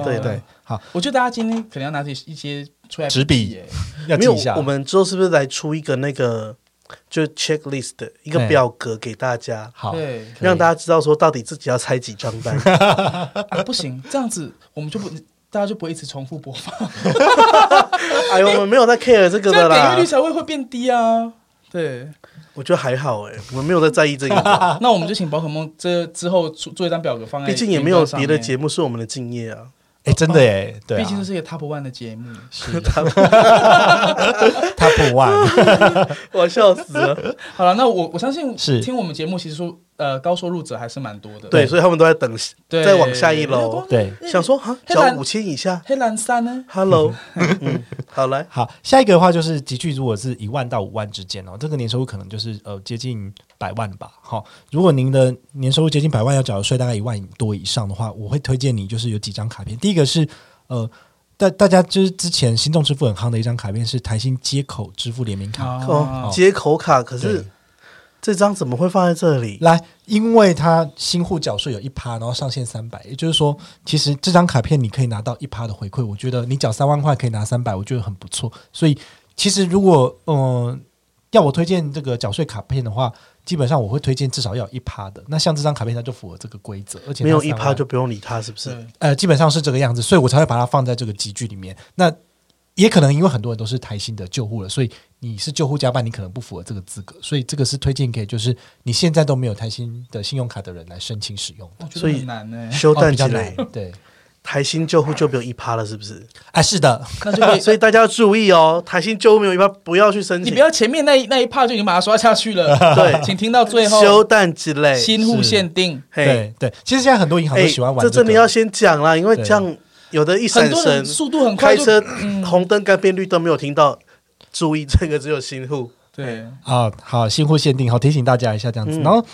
Speaker 2: 哦
Speaker 3: 对对，好，
Speaker 2: 我觉得大家今天可能要拿起一些出来
Speaker 3: 纸笔
Speaker 2: 耶，
Speaker 3: 呃要
Speaker 1: 没
Speaker 3: 记
Speaker 1: 有
Speaker 3: 一下，
Speaker 1: 我们之后是不是来出一个那个就 checklist 的一个
Speaker 3: 对
Speaker 1: 表格给大家，
Speaker 3: 好。
Speaker 1: [LAUGHS]
Speaker 2: 对
Speaker 3: 哎可以
Speaker 1: 让大家知道说到底自己要拆几张单？
Speaker 2: 啊，不行，这样子我们就不大家就不会一直重复播
Speaker 1: [LAUGHS]
Speaker 2: 放，
Speaker 1: 哎呦，我们没有在 care 这个
Speaker 2: 这
Speaker 1: 的
Speaker 2: 样点阅
Speaker 1: 啦
Speaker 2: 率，才会会变低啊。对，
Speaker 1: 我觉得还好哎、我们没有在在意这个，
Speaker 2: 那我们就请宝可梦这之后出做一张表格放在，
Speaker 1: 啊毕竟也没有别的节，目是我们的敬业啊。
Speaker 3: 哎、真的耶，对、啊，
Speaker 2: 毕竟
Speaker 3: [LAUGHS]
Speaker 2: 这是一个 Top One 的节目，
Speaker 3: 他不 o
Speaker 1: [LAUGHS] 我笑死了，
Speaker 2: 好了，那我我相信
Speaker 3: 是
Speaker 2: 听我们节目，其实说呃高收入者还是蛮多的。
Speaker 1: 对，所以他们都在等，
Speaker 2: 对，
Speaker 1: 再往下一楼
Speaker 2: 没有光
Speaker 3: 对，
Speaker 1: 想说哈，
Speaker 2: 黑
Speaker 1: 只要
Speaker 2: 蓝
Speaker 1: 五千以下
Speaker 2: 黑蓝山呢？
Speaker 1: ，Hello，嗯，好来，
Speaker 3: [LAUGHS] 好，下一个的话就是集聚，如果是一万到五万之间哦，这个年收入可能就是呃接近百万吧。好、如果您的年收入接近百万，要缴的税大概一万多以上的话，我会推荐你就是有几张卡片。第一个是呃，大大家就是之前心动支付很夯的一张卡片是台新接口支付联名卡。
Speaker 1: 哦
Speaker 2: 哦，，
Speaker 1: 接口卡，可
Speaker 3: 对
Speaker 1: 是这张怎么会放在这里？
Speaker 3: 来，因为它新户缴税有一趴，然后上限三百，也就是说，其实这张卡片你可以拿到一趴的回馈。我觉得你缴三万块可以拿三百，我觉得很不错。所以其实如果嗯、呃要我推荐这个缴税卡片的话，基本上我会推荐至少要有一趴的。那像这张卡片它就符合这个规则，而且它
Speaker 1: 没有一
Speaker 3: 3万
Speaker 1: 趴就不用理它，是不是？
Speaker 2: 对，
Speaker 3: 呃基本上是这个样子，所以我才会把它放在这个集聚里面。那也可能因为很多人都是台新的旧户了，所以你是旧户加办，你可能不符合这个资格，所以这个是推荐给就是你现在都没有台新的信用卡的人来申请使用。
Speaker 2: 我觉
Speaker 1: 所
Speaker 2: 得
Speaker 1: 以
Speaker 2: 很难呢。
Speaker 1: 修
Speaker 3: 哦，
Speaker 1: 蛋之
Speaker 3: 比较
Speaker 1: 类
Speaker 3: 难，，
Speaker 1: [LAUGHS]
Speaker 3: 对，
Speaker 1: 台新救护就没有一趴了，是不是？
Speaker 3: 啊，是的，
Speaker 2: 那就可以，
Speaker 1: [LAUGHS] 所以大家要注意哦，台新救护没有一趴，不要去申
Speaker 2: 你
Speaker 1: 请
Speaker 2: 不。要前面那一那一 part 就已经把它刷下去了。
Speaker 1: [LAUGHS] 对
Speaker 2: 请听到最
Speaker 1: 修
Speaker 2: 后，
Speaker 1: 蛋之类，
Speaker 2: 新户限定，
Speaker 1: 嘿，
Speaker 3: 对对。其实现在很多银行都
Speaker 1: 哎，
Speaker 3: 喜欢玩、
Speaker 1: 这
Speaker 3: 这
Speaker 1: 真
Speaker 3: 个
Speaker 1: 的要先讲啦，因为
Speaker 3: 对
Speaker 1: 这样有的一
Speaker 2: 很
Speaker 1: 闪
Speaker 2: 多
Speaker 1: 神
Speaker 2: 人，速度很快
Speaker 1: 开
Speaker 2: 就
Speaker 1: 车红灯该变绿灯没有听到，注意这个只有新户。
Speaker 2: 对，
Speaker 3: 啊、好，新户限定，好提醒大家一下这样子。
Speaker 1: 嗯
Speaker 3: 然后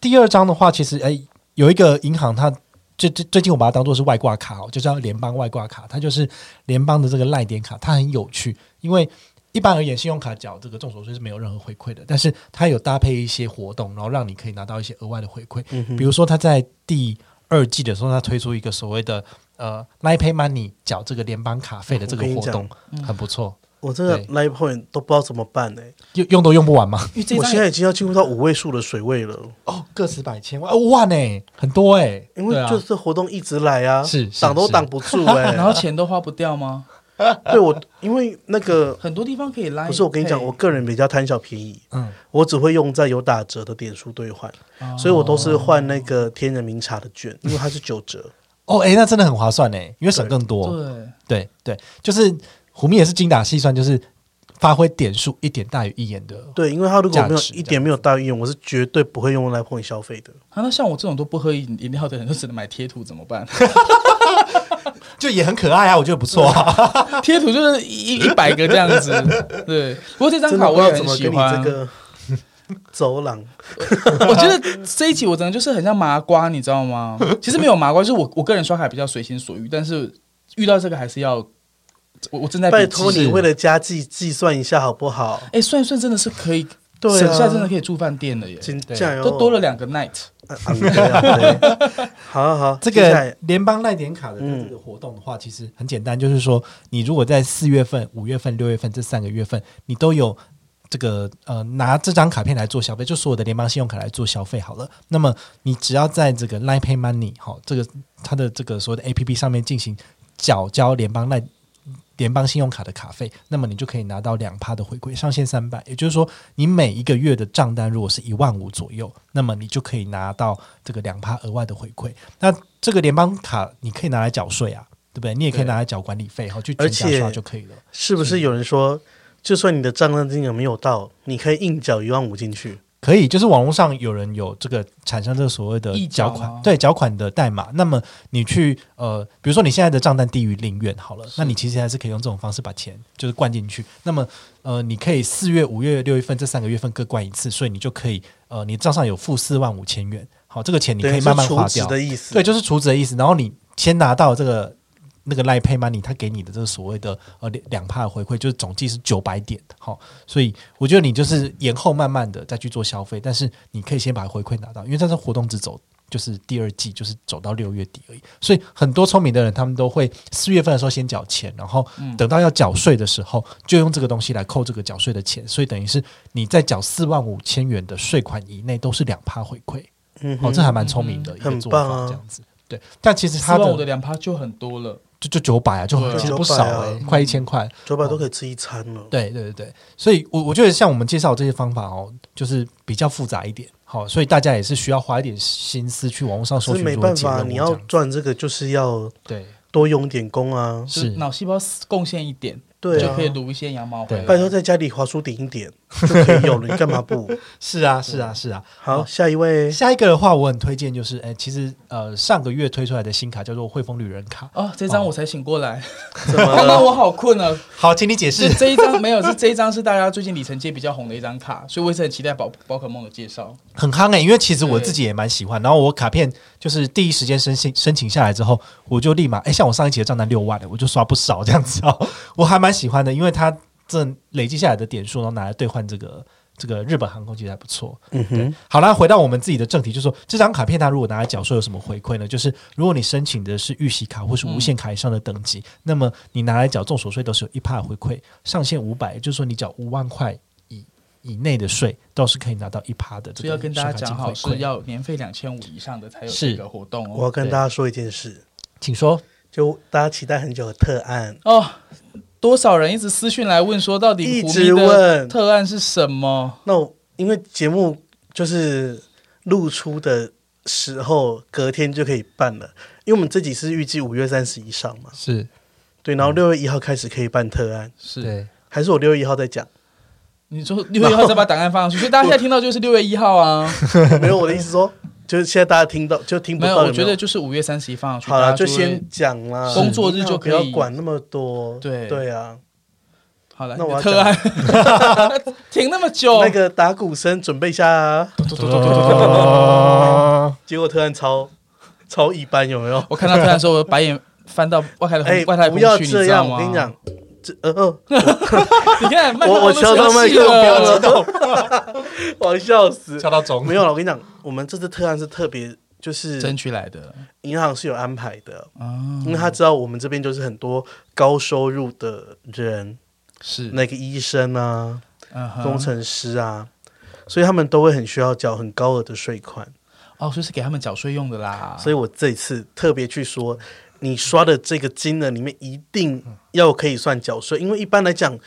Speaker 3: 第二张的话，其实哎、有一个银行它。最最最近我把它当做是外挂卡哦，就叫联邦外挂卡，它就是联邦的这个赖点卡，它很有趣，因为一般而言信用卡缴这个重手税是没有任何回馈的，但是它有搭配一些活动，然后让你可以拿到一些额外的回馈，
Speaker 1: 嗯哼
Speaker 3: 比如说它在第二季的时候，它推出一个所谓的呃 Line Pay Money 缴这个联邦卡费的这个
Speaker 1: 我跟你
Speaker 3: 活
Speaker 1: 讲
Speaker 3: 动，很不错，
Speaker 1: 我这个
Speaker 3: 对
Speaker 1: Line Point 都不知道怎么办呢、
Speaker 3: 用用都用不完吗？
Speaker 2: 因为这
Speaker 1: 我现
Speaker 2: 张
Speaker 1: 在已经要进入到五位数的水位了，
Speaker 3: 哦，个十百千万，哦、万呢、很多哎、
Speaker 1: 因为就
Speaker 3: 对啊、
Speaker 1: 是活动一直来啊，
Speaker 3: 是是
Speaker 1: 挡都
Speaker 3: 是
Speaker 1: 挡不住哎、
Speaker 2: 啊 [LAUGHS] 然后钱都花不掉吗？
Speaker 1: [LAUGHS] 对我，因为那个
Speaker 2: 很多地方可以拉。
Speaker 1: 不是我跟你讲，我个人比较贪小便宜，
Speaker 3: 嗯，
Speaker 1: 我只会用在有打折的点数兑换，
Speaker 2: 哦
Speaker 1: 所以我都是换那个天人名茶的券，因为它是九折。
Speaker 3: 哦，哎、那真的很划算呢、因为省更多。
Speaker 2: 对，啊
Speaker 3: 对对就是虎迷也是精打细算，就是发挥点数一点大于一眼的。
Speaker 1: 对，因为它如果没有
Speaker 3: 价值
Speaker 1: 一点没有大运，我是绝对不会用来碰消费的。
Speaker 2: 啊，那像我这种都不喝饮饮料的人，就只能买贴图，怎么办？ [LAUGHS]
Speaker 3: 就也很可爱啊，我觉得不错 [LAUGHS] 啊。
Speaker 2: 贴图就是一
Speaker 1: [LAUGHS]
Speaker 2: 一百个这样子。对，不过这张
Speaker 1: 真
Speaker 2: 卡
Speaker 1: 的不知道
Speaker 2: 我也
Speaker 1: 怎
Speaker 2: 很
Speaker 1: 么
Speaker 2: 喜
Speaker 1: 跟你
Speaker 2: 欢
Speaker 1: 这。个走廊，
Speaker 2: [LAUGHS] 我觉得这一集我真的就是很像麻瓜，你知道吗？其实没有麻瓜，就是我我个人刷卡比较随心所欲，但是遇到这个还是要我我正在
Speaker 1: 拜
Speaker 2: 笔记
Speaker 1: 托你为了家计计算一下好不好？
Speaker 2: 哎、算一算真的是可以，
Speaker 1: 对啊哦
Speaker 2: 省下真的可以住饭店了耶，
Speaker 1: 请
Speaker 3: 对
Speaker 1: 加油，
Speaker 2: 都多了两个 night。
Speaker 1: 啊。啊对啊对好好好，
Speaker 3: 这
Speaker 1: 接下来嗯
Speaker 3: 个联邦赖点卡的这个活动的话，其实很简单，就是说你如果在四月份、五月份、六月份这三个月份，你都有这个呃拿这张卡片来做消费，就所有的联邦信用卡来做消费好了。那么你只要在这个 Line Pay Money 好、这个它的这个所谓的 APP 上面进行缴交联邦赖联邦信用卡的卡费，那么你就可以拿到两趴的回馈，上限三百。也就是说，你每一个月的账单如果是一万五左右，那么你就可以拿到这个两趴额外的回馈。那这个联邦卡你可以拿来缴税啊，对不对？你也可以
Speaker 2: 对
Speaker 3: 拿来缴管理费，好去
Speaker 1: 而
Speaker 3: 全家
Speaker 1: 且
Speaker 3: 刷就可以了。
Speaker 1: 是不是有人说，就算你的账单金额没有到，你可以硬缴一万五进去？
Speaker 3: 可以，就是网络上有人有这个产生这个所谓的
Speaker 2: 易缴
Speaker 3: 缴
Speaker 2: 吗
Speaker 3: 款，对缴款的代码。那么你去呃，比如说你现在的账单低于零元好了，那你其实还是可以用这种方式把钱就是灌进去。那么呃，你可以四月、五月、六月份这三个月份各灌一次，所以你就可以呃，你账上有负四万五千元。好，这个钱你可
Speaker 1: 对
Speaker 3: 以慢慢
Speaker 1: 是
Speaker 3: 花
Speaker 1: 储值
Speaker 3: 掉。
Speaker 1: 的意思。啊
Speaker 3: 对，就是储值的意思。然后你先拿到这个那个赖配 money，他给你的这个所谓的呃两两帕的回馈，就是总计是九百点。好、所以我觉得你就是延后慢慢的再去做消费，但是你可以先把回馈拿到，因为它是活动只走。就是第二季，就是走到六月底而已，所以很多聪明的人，他们都会四月份的时候先缴钱，然后
Speaker 1: 嗯
Speaker 3: 等到要缴税的时候，就用这个东西来扣这个缴税的钱，所以等于是你在缴四万五千元的税款以内都是两趴回馈。
Speaker 1: 嗯哼
Speaker 3: 哦，这还蛮聪明的一个
Speaker 1: 很
Speaker 3: 做
Speaker 1: 棒
Speaker 3: 法，
Speaker 1: 啊
Speaker 3: 这样子。对，但其实
Speaker 2: 四
Speaker 3: 它
Speaker 2: 万五的
Speaker 3: 的
Speaker 2: 两趴就很多了，
Speaker 3: 就就九百啊，就
Speaker 2: 对啊
Speaker 3: 其实不少
Speaker 1: 900啊
Speaker 3: 哎、快一千块。
Speaker 1: 九百都可以吃一餐了。
Speaker 3: 对对对对，所以我我觉得像我们介绍这些方法哦，就是比较复杂一点，好，所以大家也是需要花一点心思去网络上搜
Speaker 1: 可是
Speaker 3: 寻
Speaker 1: 没
Speaker 3: 如何
Speaker 1: 办
Speaker 3: 解任
Speaker 1: 法，
Speaker 3: 务
Speaker 1: 你
Speaker 3: 这
Speaker 1: 要
Speaker 3: 样
Speaker 1: 赚这个就是要
Speaker 3: 对
Speaker 1: 多用点功啊。
Speaker 2: 就是
Speaker 3: 是
Speaker 2: 脑细胞贡献一点，
Speaker 1: 对
Speaker 2: 就
Speaker 1: 啊
Speaker 2: 可，以撸一些羊毛回来。
Speaker 3: 对
Speaker 1: 拜托在家里滑书顶一点，就可以有了，你干嘛
Speaker 3: [LAUGHS]
Speaker 1: 不？
Speaker 3: 是啊，是啊，是啊。
Speaker 1: 好，下一位，
Speaker 3: 下一个的话，我很推荐就是，哎、其实呃，上个月推出来的新卡叫做汇丰旅人卡。
Speaker 2: 哦，这张我才醒过来，
Speaker 1: 怎么
Speaker 2: [LAUGHS] 刚刚
Speaker 1: 了？
Speaker 2: 我好困啊。
Speaker 3: 好，请你解
Speaker 2: 是
Speaker 3: 释。
Speaker 2: 这一张没有，是这一张是大家最近里程界比较红的一张卡，所以我也是很期待宝宝可梦的介绍。
Speaker 3: 很夯哎、因为其实我
Speaker 2: 对
Speaker 3: 自己也蛮喜欢。然后我卡片就是第一时间申请申请下来之后，我就立马哎、像我上一期的账单六万、欸，我就刷不少这样子哦，我还蛮喜欢的，因为它这累积下来的点数，然后拿来兑换这个这个日本航空其实还不错。
Speaker 1: 嗯哼，
Speaker 3: 好啦，回到我们自己的正题，就是说这张卡片它如果拿来缴税有什么回馈呢？就是如果你申请的是预习卡或是无限卡以上的等级，那么你拿来缴重所税都是有一趴回馈，上限五百，就是说你缴五万块以以内的税，倒是可以拿到一趴的这
Speaker 2: 所以
Speaker 3: 个
Speaker 2: 要跟大家讲好，
Speaker 3: 税款
Speaker 2: 是
Speaker 3: 金回馈
Speaker 2: 要年费两千五以上的才有
Speaker 3: 是
Speaker 2: 这个活动
Speaker 1: 我要
Speaker 2: 哦。
Speaker 1: 跟大家说一件事，
Speaker 3: 请说。
Speaker 1: 就大家期待很久的特案，
Speaker 2: 哦，多少人一直私讯来问说，到底
Speaker 1: 一
Speaker 2: 胡
Speaker 1: 直
Speaker 2: 迷的
Speaker 1: 问。
Speaker 2: 特案是什么？
Speaker 1: 那我因为节目就是露出的时候，隔天就可以办了，因为我们这集是预计五月三十一上嘛，
Speaker 3: 是
Speaker 1: 对，
Speaker 2: 嗯
Speaker 1: 然后六月一号开始可以办特案，
Speaker 2: 是
Speaker 3: 对，
Speaker 1: 还是我六月一号再讲？
Speaker 2: 你说六月一号再把档案放上去，所以大家现在听到就是六月一
Speaker 1: [LAUGHS]
Speaker 2: 号啊。
Speaker 1: 没有，我的意思说，就是现在大家听到就听不
Speaker 2: 没有，
Speaker 1: 到
Speaker 2: 我
Speaker 1: 有没
Speaker 2: 觉
Speaker 1: 有
Speaker 2: 得就是五月三十一放上去，
Speaker 1: 好
Speaker 2: 大
Speaker 1: 了，
Speaker 2: 家
Speaker 1: 就
Speaker 2: 就会
Speaker 1: 先讲啦，
Speaker 2: 工作日就可以
Speaker 1: 不要管那么多。
Speaker 2: 对
Speaker 1: 对啊，
Speaker 2: 好了。
Speaker 1: 那我要
Speaker 2: 特案 [LAUGHS] 停那么久，
Speaker 1: 那个打鼓声准备一下啊。
Speaker 2: 嘟嘟嘟嘟嘟嘟嘟
Speaker 3: 哦
Speaker 1: 结果特案超超一般，有没有？
Speaker 2: [LAUGHS] 我看到特案的时候，我把眼翻到外太
Speaker 1: 哎，
Speaker 2: 空外太空
Speaker 1: 不
Speaker 2: 去，
Speaker 1: 要
Speaker 2: 你
Speaker 1: 这
Speaker 2: 知
Speaker 1: 样，
Speaker 2: 道吗？
Speaker 1: 我跟你讲，这呃呃，
Speaker 2: 你看，麦克
Speaker 1: 我我
Speaker 2: 风
Speaker 1: 敲
Speaker 2: 都
Speaker 1: 到麦
Speaker 2: 生气
Speaker 1: 克风，
Speaker 2: 了
Speaker 1: [LAUGHS]
Speaker 2: [LAUGHS]
Speaker 1: 我笑死。
Speaker 3: 到总
Speaker 1: 没有了，我跟你讲，我们这次特案是特别，就是
Speaker 2: 争取来的
Speaker 1: 银行是有安排的，
Speaker 2: 啊，
Speaker 1: 因为他知道我们这边就是很多高收入的人，
Speaker 2: 是
Speaker 1: 那个医生啊、
Speaker 2: 嗯哼
Speaker 1: 工程师啊，所以他们都会很需要缴很高额的税款。
Speaker 2: 哦，所以是给他们缴税用的啦。
Speaker 1: 所以我这次特别去说，你刷的这个金额里面一定要可以算缴税，因为一般来讲，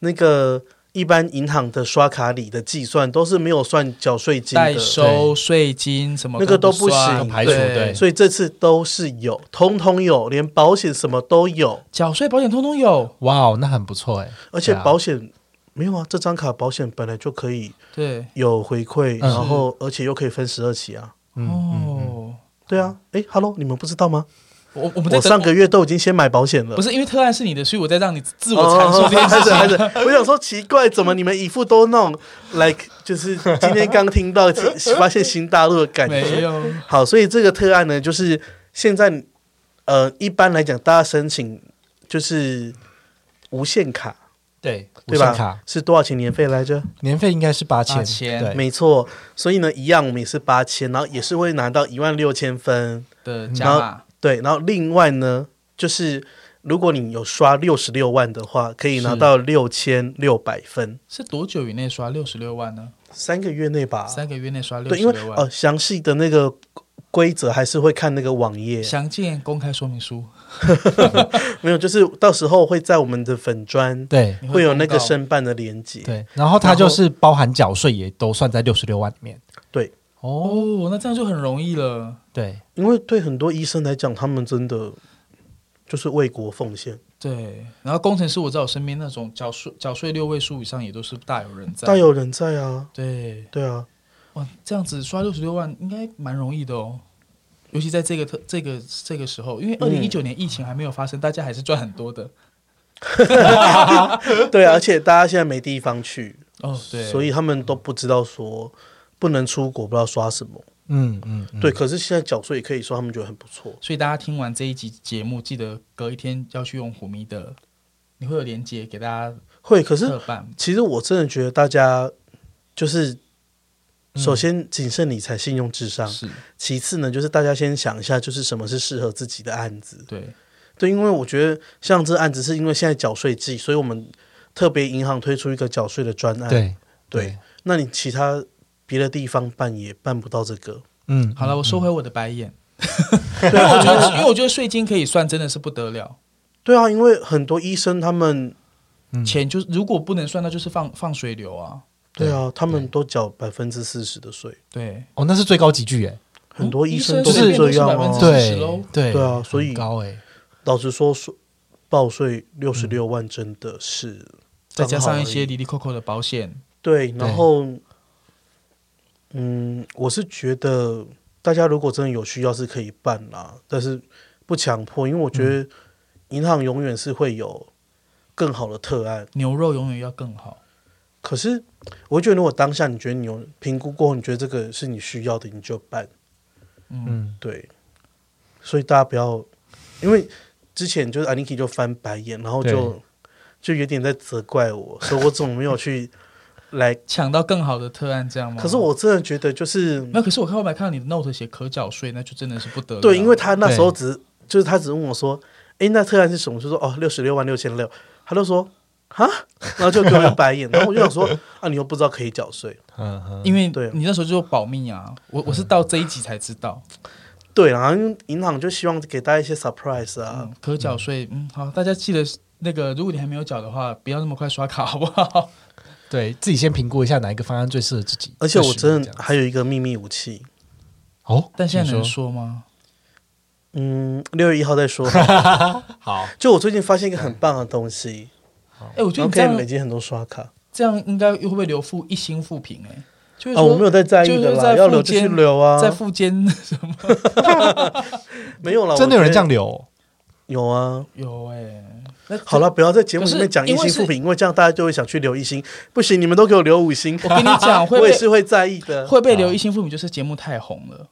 Speaker 1: 那个一般银行的刷卡里的计算都是没有算缴税金
Speaker 2: 代
Speaker 1: 的，
Speaker 2: 收税金什么
Speaker 1: 那个都
Speaker 2: 不
Speaker 1: 不
Speaker 2: 算
Speaker 1: 行
Speaker 3: 排除
Speaker 2: 对
Speaker 3: 对
Speaker 1: 所以这次都是有，通通有，连保险什么都有，
Speaker 2: 缴税保险通通有。
Speaker 3: 哇哦，那很不错哎、
Speaker 1: 而且
Speaker 3: 对啊
Speaker 1: 保险、没有啊，这张卡保险本来就可以
Speaker 2: 对，
Speaker 1: 有回馈，
Speaker 3: 嗯
Speaker 1: 然后而且又可以分十二期啊。
Speaker 3: 嗯嗯
Speaker 2: 哦，
Speaker 1: 对啊，诶 h e l l o 你们不知道吗？
Speaker 2: 我我们在
Speaker 1: 我
Speaker 2: 等
Speaker 1: 上个月都已经先买保险了
Speaker 2: 不。是因为特案是你的，所以我在让你自我阐述这件
Speaker 1: 开
Speaker 2: 事
Speaker 1: 始
Speaker 2: 情。
Speaker 1: 开始，我想说奇怪，怎么你们一副都弄，like 就是今天刚听到发现新大陆的感
Speaker 2: 没
Speaker 1: 觉。
Speaker 2: 有，
Speaker 1: 好，所以这个特案呢，就是现在呃，一般来讲，大家申请就是无限卡，
Speaker 3: 对，无
Speaker 1: 对
Speaker 3: 限
Speaker 1: 吧？
Speaker 3: 卡
Speaker 1: 是多少钱年费来着？
Speaker 3: 年费应该是八
Speaker 2: 八
Speaker 3: 千，
Speaker 2: 千
Speaker 3: 对，
Speaker 1: 没错，所以呢，一样我们也是八千，然后也是会拿到一万六千分。
Speaker 2: 的加码
Speaker 1: 对，然后另外呢，就是如果你有刷六十六万的话，可以拿到六千六百分，
Speaker 2: 是多久以内刷六十六万呢？
Speaker 1: 三个月内吧。
Speaker 2: 三个月内刷
Speaker 1: 啊
Speaker 2: 六
Speaker 1: 对，
Speaker 2: 十
Speaker 1: 因为
Speaker 2: 六万
Speaker 1: 呃，。详细的那个规则还是会看那个网页，
Speaker 2: 详见公开说明书，
Speaker 1: 没有，就是到时候会在我们的粉砖
Speaker 3: 对
Speaker 2: 你
Speaker 1: 会有那
Speaker 2: 公
Speaker 1: 个
Speaker 2: 告
Speaker 1: 申办的连接。
Speaker 3: 对，嗯然后它就是包含缴税也都算在六十六万里面。
Speaker 1: 对，
Speaker 3: 哦，
Speaker 2: 哦，那这样就很容易了。
Speaker 3: 对，
Speaker 1: 因为对很多医生来讲，他们真的就是为国奉献，
Speaker 2: 对，然后工程师我知道我身边那种缴税缴税六位数以上也都是大有人在，
Speaker 1: 大有人在啊。
Speaker 2: 对
Speaker 1: 对啊，
Speaker 2: 哇，这样子刷六十六万应该蛮容易的哦，尤其在这个特这个这个时候，因为二零一九
Speaker 1: 嗯
Speaker 2: 年疫情还没有发生，大家还是赚很多的
Speaker 1: 对啊，而且大家现在没地方去，
Speaker 2: 哦，对，
Speaker 1: 所以他们都不知道说不能出国，不知道刷什么。
Speaker 3: 嗯嗯，嗯
Speaker 1: 对，，可是现在缴税也可以说他们觉得很不错。
Speaker 2: 所以大家听完这一集节目，记得隔一天要去用虎迷的，你会有连接给大家
Speaker 1: 会，可是
Speaker 2: 特办，
Speaker 1: 其实我真的觉得大家就是首先谨慎理财，信用至上。
Speaker 2: 是
Speaker 1: 其次呢，就是大家先想一下，就是什么是适合自己的案子。
Speaker 2: 对，
Speaker 1: 对，因为我觉得像这案子是因为现在缴税季，所以我们特别银行推出一个缴税的
Speaker 2: 哎
Speaker 1: 专案。
Speaker 3: 对
Speaker 1: 对，那你其他别的地方办也办不到这个。
Speaker 3: 嗯，
Speaker 2: 好了，我收回我的白眼，
Speaker 1: 对
Speaker 2: 因为我
Speaker 1: 啊，
Speaker 2: 觉得， [LAUGHS] 因为我觉得税金可以算真的是不得了，
Speaker 1: 对啊，因为很多医生他们，
Speaker 3: 嗯
Speaker 2: 钱就是如果不能算，那就是放放水流啊，
Speaker 1: 对啊，他们都缴百分之四十的税，
Speaker 2: 对，
Speaker 3: 哦，那是最高级距哎，
Speaker 1: 很多医生
Speaker 2: 医生
Speaker 1: 都
Speaker 3: 就是
Speaker 1: 这样
Speaker 2: 百分
Speaker 1: 啊
Speaker 2: 之。40咯哦
Speaker 3: 对对
Speaker 1: 对啊所以
Speaker 3: 很高哎，
Speaker 1: 老实说，说报税六十六万真的是
Speaker 2: 再
Speaker 1: 刚
Speaker 2: 加
Speaker 1: 好
Speaker 2: 嗯上
Speaker 1: 而
Speaker 2: 一
Speaker 1: 已
Speaker 2: 些离离扣扣的保险，
Speaker 1: 对，
Speaker 3: 对
Speaker 1: 然后，嗯，我是觉得大家如果真的有需要是可以办啦，但是不强迫，因为我觉
Speaker 2: 嗯
Speaker 1: 得银行永远是会有更好的特案。
Speaker 2: 牛肉永远要更好。
Speaker 1: 可是，我会觉得如果当下你觉得你有评估过后，你觉得这个是你需要的，你就办。
Speaker 3: 嗯，
Speaker 1: 对，所以大家不要，因为之前就是 Aniki 就翻白眼，然后就就有点在责怪我， [LAUGHS] 说我怎么没有去来。
Speaker 2: 抢到更好的特案，这
Speaker 3: 哦
Speaker 2: 样吗？
Speaker 1: 可是我真的觉得就是
Speaker 2: 没有，可是我看后来看到你的 note 写可缴税，那就真的是不得了。
Speaker 1: 对，因为他那时候
Speaker 3: 对
Speaker 1: 只就是他只问我说：“诶，那特案是什么？”就说：“哦，六十六万六千六。”他就说：“哈，然后就给我一个白
Speaker 3: [LAUGHS]
Speaker 1: 眼。”然后我就想说：“啊，你又不知道可以缴税。
Speaker 3: 嗯哼，
Speaker 2: 因为
Speaker 1: 对
Speaker 2: 你那时候就保密啊，我我是到这一集才知道，”
Speaker 1: 对，然后因为银行就希望给大家一些 surprise 啊。
Speaker 2: 嗯，可缴税，嗯，好，大家记得那个，如果你还没有缴的话，不要那么快刷卡，好不好？ [LAUGHS]
Speaker 3: 对自己先评估一下哪一个方案最适合自己。
Speaker 1: 而且我
Speaker 3: 再使用
Speaker 1: 真
Speaker 3: 这
Speaker 1: 的
Speaker 3: 样
Speaker 1: 还有一个秘密武器，
Speaker 3: 哦，
Speaker 2: 但现在
Speaker 3: 请
Speaker 2: 能说吗？
Speaker 1: 嗯，六月一号再说。
Speaker 3: 好，
Speaker 1: 就我最近发现一个很棒的东西，
Speaker 2: 哎、我觉
Speaker 1: 然后
Speaker 2: 得你这
Speaker 1: 可以
Speaker 2: 样
Speaker 1: 累积很多刷卡。
Speaker 2: 这样应该会不会留负一星负评？哎，就是
Speaker 1: 啊，
Speaker 2: 说
Speaker 1: 我没有在在意
Speaker 2: 就
Speaker 1: 的
Speaker 2: 是
Speaker 1: 啦，
Speaker 2: 在
Speaker 1: 要
Speaker 2: 附
Speaker 1: 留就去
Speaker 2: 件
Speaker 1: 留啊。
Speaker 2: 在附间什么 [LAUGHS]
Speaker 1: 没有啦，
Speaker 3: 真的
Speaker 1: 我
Speaker 3: 有人
Speaker 1: 觉
Speaker 3: 这样
Speaker 1: 得
Speaker 3: 留哦？
Speaker 1: 有啊。
Speaker 2: 有哎、那
Speaker 1: 好了，不要在节目
Speaker 2: 可是
Speaker 1: 里面讲一
Speaker 2: 因为
Speaker 1: 星
Speaker 2: 是
Speaker 1: 复评，因为这样大家就会想去留一星。不行，你们都给我留五星，
Speaker 2: 我跟你讲，会
Speaker 1: 我也
Speaker 2: 被
Speaker 1: 是会在意的，
Speaker 2: 会被留一星负评，就是节目太红
Speaker 1: [LAUGHS]
Speaker 2: 了。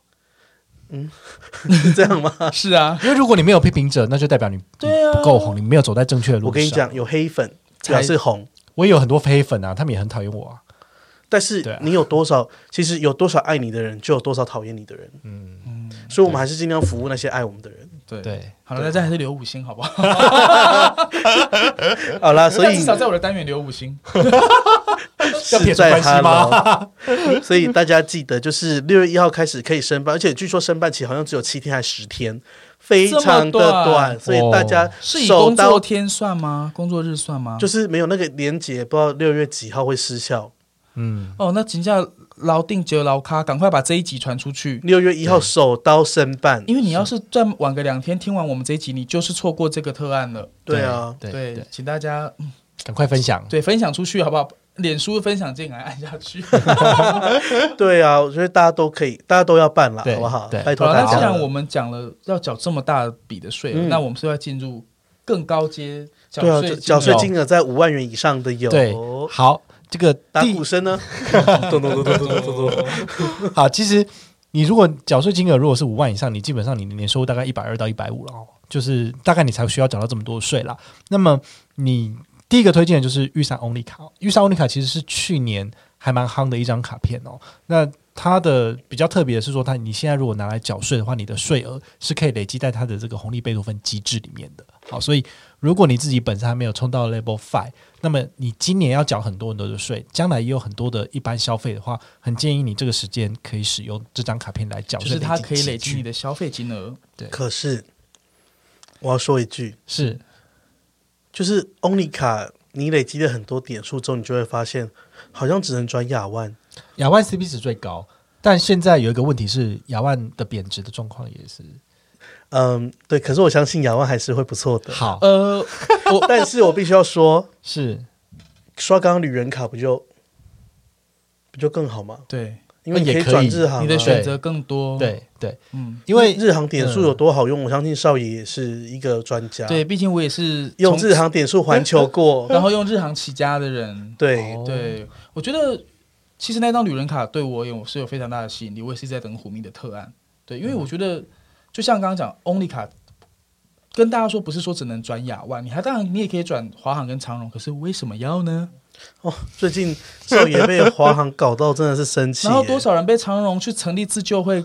Speaker 1: 是这
Speaker 2: [LAUGHS]
Speaker 1: 样吗？
Speaker 2: 是啊，
Speaker 3: 因为如果你没有批评者，那就代表你
Speaker 2: 对啊
Speaker 3: 不够红，你没有走在正确的路上。
Speaker 1: 我跟你，讲，有黑粉
Speaker 2: 才
Speaker 1: 表示红，
Speaker 3: 我也有很多黑粉啊，他们也很讨厌我啊。
Speaker 1: 但
Speaker 3: 对
Speaker 1: 是
Speaker 3: 啊
Speaker 1: 你有多少，其实有多少爱你的人，就有多少讨厌你的人。
Speaker 3: 嗯，
Speaker 2: 嗯，
Speaker 1: 所以，我们还是尽量服务那些爱我们的人。
Speaker 2: 对。
Speaker 3: 对，
Speaker 2: 好了，大家还是留五星好不好？
Speaker 1: 好啦，所
Speaker 2: 嗯 [LAUGHS] 但
Speaker 1: 以
Speaker 2: 至少在我的单元留五星。
Speaker 3: 要
Speaker 1: 是
Speaker 3: 撇除
Speaker 1: 在
Speaker 3: 关系
Speaker 1: 他
Speaker 3: 吗？
Speaker 2: [LAUGHS]
Speaker 1: 咯所以大家记得，就是六月一号开始可以申办，而且据说申办期好像只有七天还是十天，非常的
Speaker 2: 这么短
Speaker 1: 短，所以大家
Speaker 3: 哦
Speaker 2: 是以
Speaker 1: 手
Speaker 2: 工作
Speaker 1: 刀
Speaker 2: 天算吗？工作日算吗？
Speaker 1: 就是没有那个连结，不知道六月几号会失效。
Speaker 3: 嗯，
Speaker 2: 哦，那请假劳定就劳咖，赶快把这一集传出去，
Speaker 1: 六月一号手刀申办，
Speaker 2: 因为你要是再晚个两天听完我们这一集，你就是错过这个特案了。
Speaker 1: 对啊，
Speaker 3: 对
Speaker 2: 对，
Speaker 3: 对，
Speaker 2: 请大家嗯
Speaker 3: 赶快分享。
Speaker 2: 对分享出去好不好？脸书分享进来，按
Speaker 1: [LAUGHS]
Speaker 2: 下去。
Speaker 1: 对啊，我觉得大家都可以，大家都要办了，
Speaker 3: 对
Speaker 1: 好不好
Speaker 3: 对？
Speaker 1: 拜
Speaker 2: 好
Speaker 1: 托
Speaker 2: 了，
Speaker 1: 大
Speaker 2: 那既
Speaker 1: 家
Speaker 2: 然我
Speaker 1: 了。
Speaker 2: 们讲了要缴这么大笔的税了，
Speaker 1: 嗯
Speaker 2: 那我们是不是要进入更高阶缴
Speaker 1: 对啊，
Speaker 2: 税
Speaker 1: 缴税
Speaker 2: 金额
Speaker 1: 金额在五万元以上的有，
Speaker 3: 对，好，这个
Speaker 1: 打
Speaker 3: 第
Speaker 1: 鼓声呢？咚咚咚咚咚咚咚。
Speaker 3: [LAUGHS] 好，其实你如果缴税金额如果是五万以上，你基本上你的年收入大概一百二到一百五了哦，就是大概你才需要缴到这么多税啦。那么你第一个推荐的就是玉山欧利卡，玉山欧利卡其实是去年还蛮夯的一张卡片哦。那它的比较特别的是说，它你现在如果拿来缴税的话，你的税额是可以累积在它的这个红利贝多芬机制里面的。好，所以如果你自己本身还没有冲到 Level Five，那么你今年要缴很多很多的税，将来也有很多的一般消费的话，很建议你这个时间可以使用这张卡片来缴
Speaker 2: 就
Speaker 3: 税，
Speaker 2: 是它可以累积你
Speaker 3: 的
Speaker 2: 的消费金额。
Speaker 1: 可是我要说一句，
Speaker 3: 是
Speaker 1: 就是 Only 卡，你累积了很多点数之后，你就会发现，好像只能转亚万。
Speaker 3: 亚万 CP 值最高。但现在有一个问题是，亚万的贬值的状况也是
Speaker 1: 嗯，对。可是我相信亚万还是会不错的。
Speaker 3: 好，
Speaker 2: 呃，
Speaker 1: 但是我必须要说，
Speaker 3: 是
Speaker 1: 刷刚刚旅人卡不就不就更好吗？
Speaker 2: 对，
Speaker 1: 因
Speaker 2: 哦
Speaker 1: 为你
Speaker 3: 也
Speaker 1: 以
Speaker 3: 可以
Speaker 1: 转日航、啊，
Speaker 2: 你的选择更多。，
Speaker 3: 对对，
Speaker 2: 嗯，
Speaker 3: 因为
Speaker 1: 哦日航点数有多好用，我相信少爷也是一个专家。
Speaker 2: 对，，毕竟我也是
Speaker 1: 啊用
Speaker 2: 从
Speaker 1: 日航点数环球过， [LAUGHS]
Speaker 2: 然后用日航起家的人。
Speaker 1: 对，
Speaker 3: 哦
Speaker 2: 对，我觉得其实那张旅人卡对我而言我是有非常大的吸引力，我也是一直在等虎迷的特案。对，因为
Speaker 1: 嗯
Speaker 2: 我觉得就像刚刚讲，Only 卡跟大家说不是说只能转亚万，你还当然你也可以转华航跟长荣，可是为什么要呢？
Speaker 1: 哦，最近少爷被华航搞到真的是生气耶。
Speaker 2: 然后多少人被长荣去成立自救会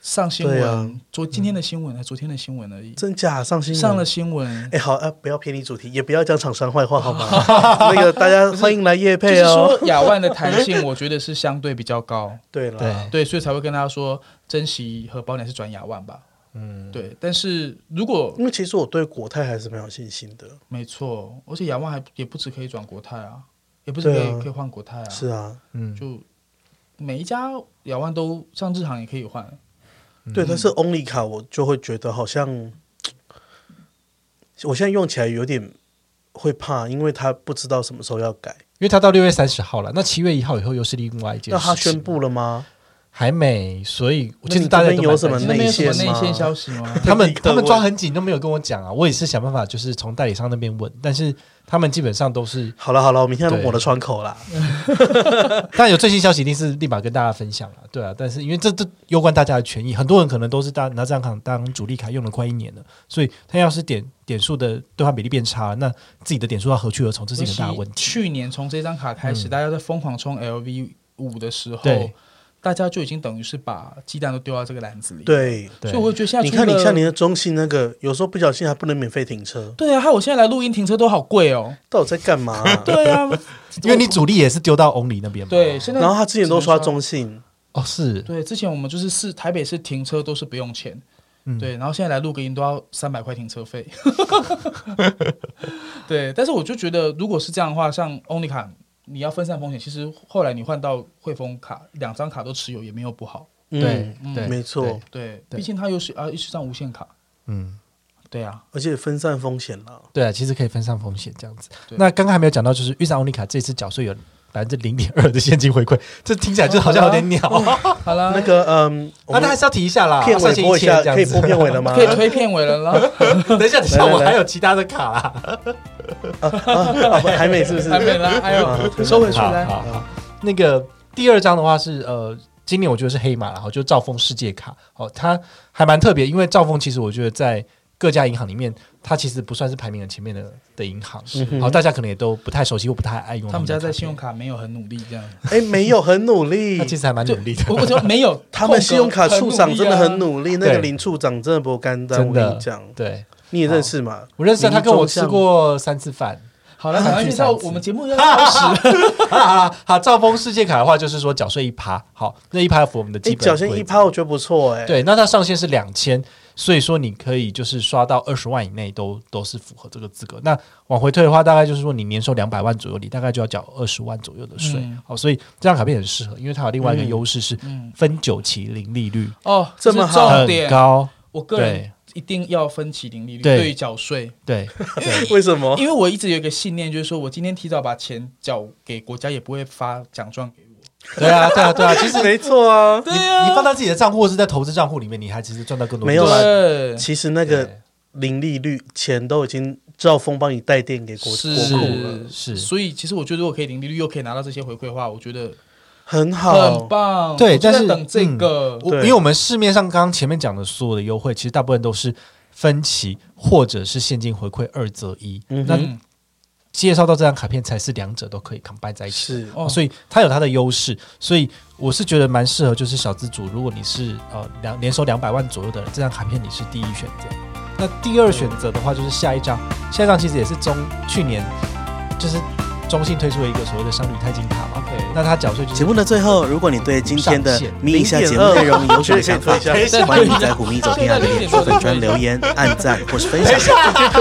Speaker 2: 上新
Speaker 1: 对
Speaker 2: 闻，
Speaker 1: 啊
Speaker 2: 昨今天的新闻还哎昨天的新闻而已，
Speaker 1: 真假上新闻
Speaker 2: 上了？新闻。
Speaker 1: 哎，好啊，不要偏离主题，也不要讲厂商坏话，好吗？ [LAUGHS] 那个大家欢迎来夜
Speaker 2: 就是
Speaker 1: 配哦。 [LAUGHS]
Speaker 2: 说，亚万的弹性，我觉得是相对比较高，
Speaker 1: 对了，
Speaker 3: 对
Speaker 2: 对，所以才会跟大家说，珍惜荷包你还是转亚万吧。
Speaker 3: 嗯，
Speaker 2: 对，但是如果
Speaker 1: 因为其实我对国泰还是蛮有信心的。
Speaker 2: 没错，而且亚万还也不止可以转国泰啊，也不是可以、
Speaker 1: 对啊
Speaker 2: 可以换国泰啊，
Speaker 1: 是啊，
Speaker 3: 嗯，
Speaker 2: 就每一家亚万都像日航也可以换，
Speaker 1: 对，但是 Only 卡我就会觉得好像，我现在用起来有点会怕，因为他不知道什么时候要改。
Speaker 3: 因为他到六月三十号了，那七月一号以后又是另外一件事情。
Speaker 1: 那他宣布了吗？
Speaker 3: 还没，所以
Speaker 1: 那
Speaker 3: 我其
Speaker 1: 你
Speaker 3: 实大家
Speaker 1: 这边
Speaker 3: 都
Speaker 1: 有
Speaker 3: 蛮
Speaker 1: 什么
Speaker 3: 担
Speaker 2: 真
Speaker 3: 心
Speaker 2: 的
Speaker 1: 内线
Speaker 2: 没有什么内
Speaker 1: 吗
Speaker 2: 线消息吗？
Speaker 3: 他们
Speaker 1: 立刻
Speaker 3: 他们
Speaker 1: 问
Speaker 3: 抓很紧都没有跟我讲啊，我也是想办法就是从代理商那边问，但是他们基本上都是，
Speaker 1: 好了好了，我明天
Speaker 3: 对
Speaker 1: 我的窗口啦。
Speaker 3: 当然有最新消息一定是立马跟大家分享了，对啊，但是因为这这攸关大家的权益，很多人可能都是大拿这张卡当主力卡用了快一年了，所以他要是点点数的兑换比例变差，那自己的点数要何去何 [LAUGHS] 从，这是一个大问题。
Speaker 2: 去年从这张卡开
Speaker 1: 嗯
Speaker 2: 始，大家在疯狂冲 LV 五的时候
Speaker 3: 对，
Speaker 2: 大家就已经等于是把鸡蛋都丢到这个篮子里。，
Speaker 1: 对，
Speaker 3: 对
Speaker 2: 所以我觉得现在
Speaker 1: 你
Speaker 2: 除
Speaker 1: 看你
Speaker 2: 了
Speaker 1: 像你的中信那个，有时候不小心还不能免费停车，
Speaker 2: 对啊，还有我现在来录音停车都好贵哦。
Speaker 1: 到底在干嘛啊、
Speaker 2: 对啊，
Speaker 3: 因为你主力也是丢到 Only 那边嘛，
Speaker 2: 对现在
Speaker 1: 然后他之前都刷中信，
Speaker 3: 哦是，
Speaker 2: 对之前我们就是市台北市停车都是不用钱，
Speaker 3: 嗯
Speaker 2: 对，然后现在来录个音都要三百块停
Speaker 1: [LAUGHS]
Speaker 2: 车费。对，但是我就觉得如果是这样的话，像欧尼卡。你要分散风险，其实后来你换到汇丰卡，两张卡都持有也没有不好。
Speaker 1: 嗯，
Speaker 2: 嗯
Speaker 3: 对，
Speaker 1: 没错
Speaker 3: 对，
Speaker 2: 对，
Speaker 3: 对
Speaker 2: 毕竟它又是啊，又是张无限卡。
Speaker 3: 嗯。
Speaker 2: 对啊，
Speaker 1: 而且分散风险了。
Speaker 3: 对啊，其实可以分散风险这样子。
Speaker 2: 对
Speaker 3: 那刚刚还没有讲到，就是遇上欧尼卡这次缴税有百分之零点二的现金回馈，这听起来就好像有点鸟。啊
Speaker 2: 好啦，
Speaker 1: 那个，嗯，我
Speaker 3: 那他还
Speaker 1: 们
Speaker 3: 是要提一下啦，
Speaker 1: 片尾播一下，可以播片尾了吗
Speaker 2: 可？以推片尾了
Speaker 1: [LAUGHS]
Speaker 2: 啦，
Speaker 3: 等一下，等一下，
Speaker 1: 来来
Speaker 3: 我
Speaker 1: 来
Speaker 3: 还有其他的卡啦。
Speaker 1: 啊，不还没是不是
Speaker 2: 还？没
Speaker 1: [LAUGHS]
Speaker 2: 啦，哎呦，收回去
Speaker 3: 好
Speaker 2: 来。
Speaker 3: 好好，嗯那个第二张的话是呃，今年我觉得是黑马啦，然后就兆丰世界卡哦，它还蛮特别，因为兆丰其实我觉得在各家银行里面，它其实不算是排名很前面的的银行，
Speaker 1: 嗯
Speaker 3: 好，大家可能也都不太熟悉或不太爱用
Speaker 2: 他们家
Speaker 3: 的
Speaker 2: 在信用
Speaker 3: 卡
Speaker 2: 卡没有很努力，
Speaker 1: [LAUGHS]
Speaker 2: 这样。
Speaker 1: 哎，没有很努
Speaker 3: 片，
Speaker 1: 力
Speaker 3: 它，其实还蛮努力的。 [LAUGHS]
Speaker 2: 我我就没有，
Speaker 1: 他们信用卡处长真的很
Speaker 2: 力啊
Speaker 1: 努力，啊那个
Speaker 3: 对
Speaker 1: 林处长真的不干单。
Speaker 3: 真
Speaker 1: 我
Speaker 3: 的
Speaker 1: 跟你讲，
Speaker 3: 对
Speaker 1: 你也认识嘛？
Speaker 3: 我认识他，
Speaker 1: 民
Speaker 3: 他
Speaker 1: 意
Speaker 3: 跟我
Speaker 1: 中
Speaker 3: 吃
Speaker 1: 向
Speaker 3: 过三
Speaker 2: [LAUGHS]
Speaker 3: 次饭。
Speaker 2: 啊。好了，赶快介绍我们节目要开始。
Speaker 3: 好啦好啦好，兆丰世界卡的话就是说缴税一趴，好，那一趴符合我们的
Speaker 1: 哎，
Speaker 3: 基本
Speaker 1: 表
Speaker 3: 规则。
Speaker 1: 现一趴，我觉得不错哎。
Speaker 3: 对，那它上限是两千，所以说你可以就是刷到二十万以内都都是符合这个资格。那往回推的话，大概就是说你年收两百万左右，你大概就要缴二十万左右的税。
Speaker 2: 嗯
Speaker 3: 好，所以这张卡片很适合，因为它有另外一个优势是
Speaker 2: 嗯，
Speaker 3: 分九期零利率
Speaker 2: 哦，
Speaker 1: 这么
Speaker 2: 是
Speaker 1: 好
Speaker 2: 重
Speaker 3: 很
Speaker 2: 点，
Speaker 3: 高，
Speaker 2: 我个人一
Speaker 3: 对
Speaker 2: 定要分期零利率
Speaker 3: 对
Speaker 2: 对于缴税，
Speaker 3: 对
Speaker 1: [LAUGHS] 为什么？
Speaker 2: 因为我一直有一个信念，就是说我今天提早把钱缴给国家，也不会发奖状给我。
Speaker 3: 对啊对啊对啊，其实。
Speaker 1: 没错啊，
Speaker 3: 你你放到自己的账户或是在投资账户里面，你还其实赚到更多的利息。
Speaker 1: 没有啦 [LAUGHS]
Speaker 2: 对，
Speaker 1: 其实那个零利率钱都已经兆丰帮你带电给国国
Speaker 2: 是
Speaker 1: 库了，
Speaker 3: 是
Speaker 2: 所以其实我觉得如果可以零利率又可以拿到这些回馈的话，我觉得
Speaker 1: 很好，
Speaker 2: 很棒。
Speaker 3: 对
Speaker 2: 我就在
Speaker 3: 但是嗯
Speaker 2: 等这个，
Speaker 3: 我
Speaker 1: 对
Speaker 3: 因为我们市面上刚刚前面讲的所有的优惠，其实大部分都是分期或者是现金回馈二择一。
Speaker 1: 嗯
Speaker 3: 那
Speaker 1: 哼，
Speaker 2: 嗯，
Speaker 3: 介绍到这张卡片才是两者都可以 combine 在一起，
Speaker 1: 是
Speaker 2: 哦
Speaker 3: 所以它有它的优势，所以我是觉得蛮适合就是小资主，如果你是呃两年收两百万左右的人，这张卡片你是第一选择。那第二选择的话就是下一张，下一张其实也是中去年就是中信推出了一个所谓的商旅钛金卡嘛，
Speaker 2: OK，
Speaker 3: 那它缴税就是
Speaker 4: 节目的最后，如果你对今天的
Speaker 3: 上线
Speaker 4: 咪一下节目内容
Speaker 1: 哦
Speaker 4: [LAUGHS] 有什么想法
Speaker 1: 我觉得可以推一，
Speaker 3: 下
Speaker 4: 欢迎你在虎咪走天涯的脸书粉专留言、按赞或是分享，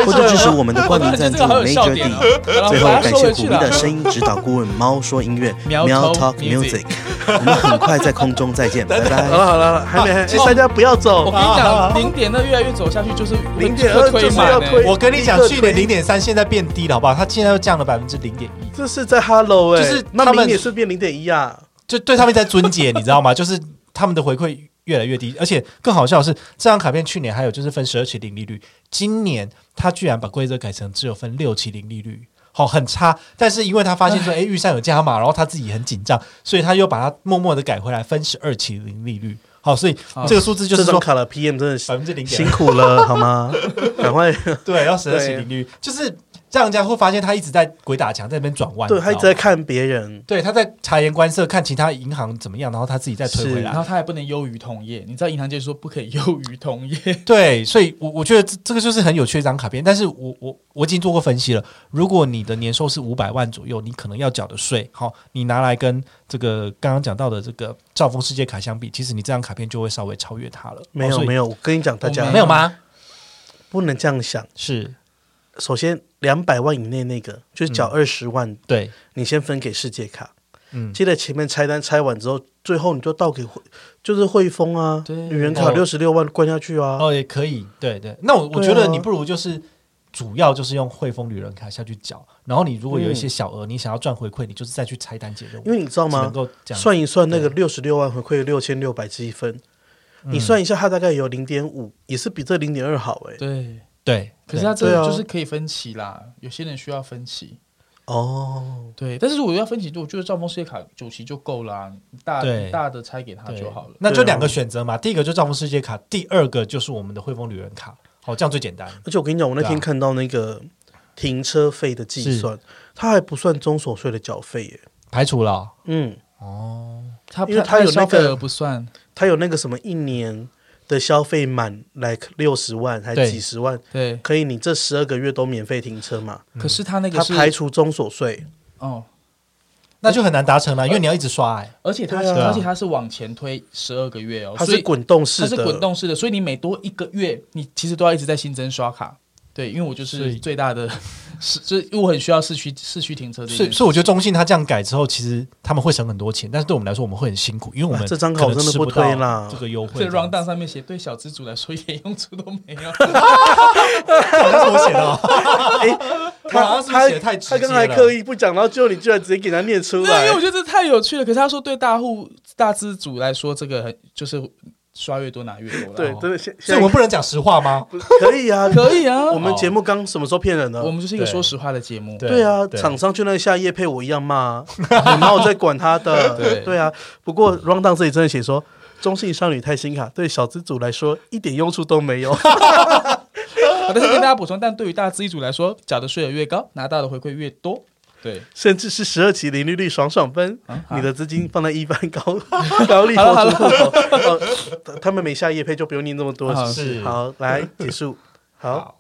Speaker 4: 或者支持我们的冠名赞助 Major
Speaker 2: 啊
Speaker 4: D。最后感谢虎咪的声音指导顾问猫说音乐
Speaker 2: 喵
Speaker 4: Meow Talk
Speaker 2: Talk
Speaker 4: Music，我们很快在空中再见，拜
Speaker 1: [LAUGHS]
Speaker 4: 拜
Speaker 1: 好。了好了，还没，还
Speaker 2: 其
Speaker 1: 哎
Speaker 2: 实
Speaker 1: 大家不要
Speaker 2: 我
Speaker 1: 走
Speaker 2: 跟，你讲，零点二越来越走下去就是会
Speaker 1: 0.2
Speaker 2: 会推
Speaker 1: 就
Speaker 2: 满
Speaker 1: 是要
Speaker 2: 欸
Speaker 1: 推
Speaker 3: 我跟你讲
Speaker 1: 立，刻
Speaker 3: 去年
Speaker 1: 推
Speaker 3: 零点三，现在变低了，好不好？它现在又降了百分之零点一，
Speaker 1: 这是在 Hello 哎，
Speaker 3: 就是
Speaker 1: 那
Speaker 3: 他
Speaker 1: 明
Speaker 3: 们
Speaker 1: 年是变零点一啊，
Speaker 3: 就对他们在尊姐，你知道吗？ [LAUGHS] 就是他们的回馈越来越低，而且更好笑的是，这张卡片去年还有就是分十二期零利率，今年他居然把规则改成只有分六期零利率。好、很差，但是因为他发
Speaker 1: [LAUGHS]
Speaker 3: 现说，哎，预算有加码，然后他自己很紧张，所以他又把它默默的改回来，分十二期零利率。好，所以这个数字就
Speaker 1: 哦这
Speaker 3: 是
Speaker 1: 张
Speaker 3: 说
Speaker 1: 卡了 PM 真的
Speaker 3: 百
Speaker 1: 是
Speaker 3: 分之零点
Speaker 1: 辛苦了好吗？赶快，
Speaker 3: [LAUGHS] 对，要十二期
Speaker 1: 对
Speaker 3: 零利率，就是让人家会发现他一直在鬼打墙，在那边转弯，
Speaker 1: 对
Speaker 3: [LAUGHS] 你知
Speaker 1: 他一
Speaker 3: 道
Speaker 1: 直在
Speaker 3: 吗
Speaker 1: 看别人，
Speaker 3: 对他在察言观色，看其他银行怎么样，然后他自己再推回
Speaker 1: 是
Speaker 3: 来
Speaker 2: 然。后它还不能优于同业，你知道银行界说不可以 [LAUGHS] 优于同业，
Speaker 3: 对，所以我我觉得这这个就是很有趣的一张卡片，但是我我我已经做过分析了。如果你的年收是五百万左右，你可能要缴的税，好、你拿来跟这个刚刚讲到的这个兆丰世界卡相比，其实你这张卡片就会稍微超越它了。哦
Speaker 1: 没有没
Speaker 3: 有
Speaker 1: 有，我跟你讲，大
Speaker 2: 我
Speaker 1: 家
Speaker 3: 哦没有吗？
Speaker 1: 不能这样想。
Speaker 3: 是
Speaker 1: 首先，两百万以内那个就是
Speaker 3: 嗯
Speaker 1: 缴二十万，
Speaker 3: 对，
Speaker 1: 你先分给世界卡，
Speaker 3: 嗯，
Speaker 1: 接着前面拆单拆完之后，最后你就倒给汇，就是汇丰啊，
Speaker 2: 对
Speaker 1: 女人卡
Speaker 3: 哦
Speaker 1: 六十六万关下去啊。
Speaker 3: 哦也可以，对对。那我我
Speaker 1: 对
Speaker 3: 觉得
Speaker 1: 啊
Speaker 3: 你不如就是主要就是用汇丰旅人卡下去缴，然后你如果有一些小额，你想要赚回馈，你就是再去拆单解任务，
Speaker 1: 嗯因为你知道
Speaker 3: 只能
Speaker 1: 吗？
Speaker 3: 够这样
Speaker 1: 算一算那个六十六万回馈六千六百积分，
Speaker 2: 嗯
Speaker 1: 你算一下，它大概有零点五，也是比这零点二好哎。
Speaker 2: 对，
Speaker 3: 对。
Speaker 2: 可是
Speaker 3: 对
Speaker 2: 它这
Speaker 1: 对啊
Speaker 2: 个就是可以分期啦，有些人需要分期。
Speaker 1: 哦，
Speaker 2: 对，但是如果要分期，我觉得兆丰世界卡九期就够啦，你大
Speaker 3: 对
Speaker 2: 你大的拆给他
Speaker 3: 对
Speaker 2: 就好了。
Speaker 3: 那就两个选择嘛，第一个就兆丰世界卡，第二个就是我们的汇丰旅人卡。好，这样最简单。
Speaker 1: 而且我跟你讲，我那
Speaker 3: 对
Speaker 1: 天
Speaker 3: 啊
Speaker 1: 看到那个停车费的计算，
Speaker 2: 啊
Speaker 1: 它还不算中所税的缴费耶。
Speaker 3: 排除了哦、
Speaker 1: 嗯，
Speaker 2: 他
Speaker 1: 因为它有那
Speaker 2: 消
Speaker 1: 个
Speaker 2: 费额不算，
Speaker 1: 它有那个什么一年的消费满 like 六十万还
Speaker 3: 对
Speaker 1: 几十万，
Speaker 2: 对。
Speaker 1: 可以你这十二个月都免费停车嘛？
Speaker 3: 嗯
Speaker 2: 可是他那个
Speaker 1: 它
Speaker 2: 是
Speaker 1: 排除中所税，
Speaker 2: 哦，
Speaker 3: 那就很难达成了，因为你要一直刷、哎，
Speaker 2: 而且他
Speaker 1: 对
Speaker 3: 啊
Speaker 2: 而且他是往前推十二个月哦，
Speaker 1: 它
Speaker 2: 所
Speaker 1: 是
Speaker 2: 以
Speaker 1: 滚动式
Speaker 2: 它
Speaker 1: 的，
Speaker 2: 是滚动式的，所以你每多一个月，你其实都要一直在新增刷卡。对，因为我就
Speaker 3: 所以
Speaker 2: 是最大的 [LAUGHS] 是，就是因为我很需要市区市区停
Speaker 1: 呃
Speaker 2: 车这
Speaker 3: 所以
Speaker 2: 件事。
Speaker 3: 所以我觉得中信他这样改之后，其实他们会省很多钱，但是对我们来说，我们会很辛苦，因为我们
Speaker 1: 啊这张卡
Speaker 3: 可
Speaker 1: 我
Speaker 3: 能
Speaker 1: 真的
Speaker 3: 吃
Speaker 1: 不
Speaker 3: 不到
Speaker 1: 推啦
Speaker 3: 这个优惠
Speaker 2: 这
Speaker 3: 这
Speaker 2: round
Speaker 3: 样子。
Speaker 2: down 上面写对小资主来说一点用处都
Speaker 1: [LAUGHS]
Speaker 2: 没有。啊
Speaker 3: 好 [LAUGHS] 像是我写的哦，我好
Speaker 1: 哎他
Speaker 3: 像是不是写得太直接
Speaker 1: 他
Speaker 3: 了
Speaker 1: 刚才刻意不讲，然后最后你居然直接给他念出
Speaker 2: 对，因
Speaker 1: 来
Speaker 2: 为我，觉得这太有趣了。可是他说对大户大资主来说，这个很就是刷越多拿越多啦。
Speaker 1: 对，
Speaker 2: 哦
Speaker 1: 真的现现
Speaker 3: 所以我
Speaker 1: 在
Speaker 3: 们不能讲实话吗？
Speaker 1: 可以啊，
Speaker 2: 可以啊。
Speaker 1: 我们节目刚什么时候骗人
Speaker 2: 我
Speaker 1: 了？
Speaker 2: 们就是一个
Speaker 3: 对
Speaker 2: 说实话的节目。
Speaker 1: 对啊，厂商去那下夜配，我一样骂啊， [LAUGHS] 你妈我在管他的
Speaker 2: 对。
Speaker 1: 对啊，不过 round down 这里真的写说，中性少女太新卡对小资主来说一点用处都没有。 [LAUGHS]
Speaker 2: 好但是跟大家补充，但对于大资主来说，缴的税额越高，拿到的回馈越多。对，
Speaker 1: 甚至是十二期零利率爽爽分，
Speaker 2: 好
Speaker 1: 你的资金放在一般高高利活出户口，哦他们没下夜配就不用念这么多，
Speaker 2: 啊
Speaker 1: 是不是
Speaker 3: 是
Speaker 1: 好，来结束，好
Speaker 3: 好，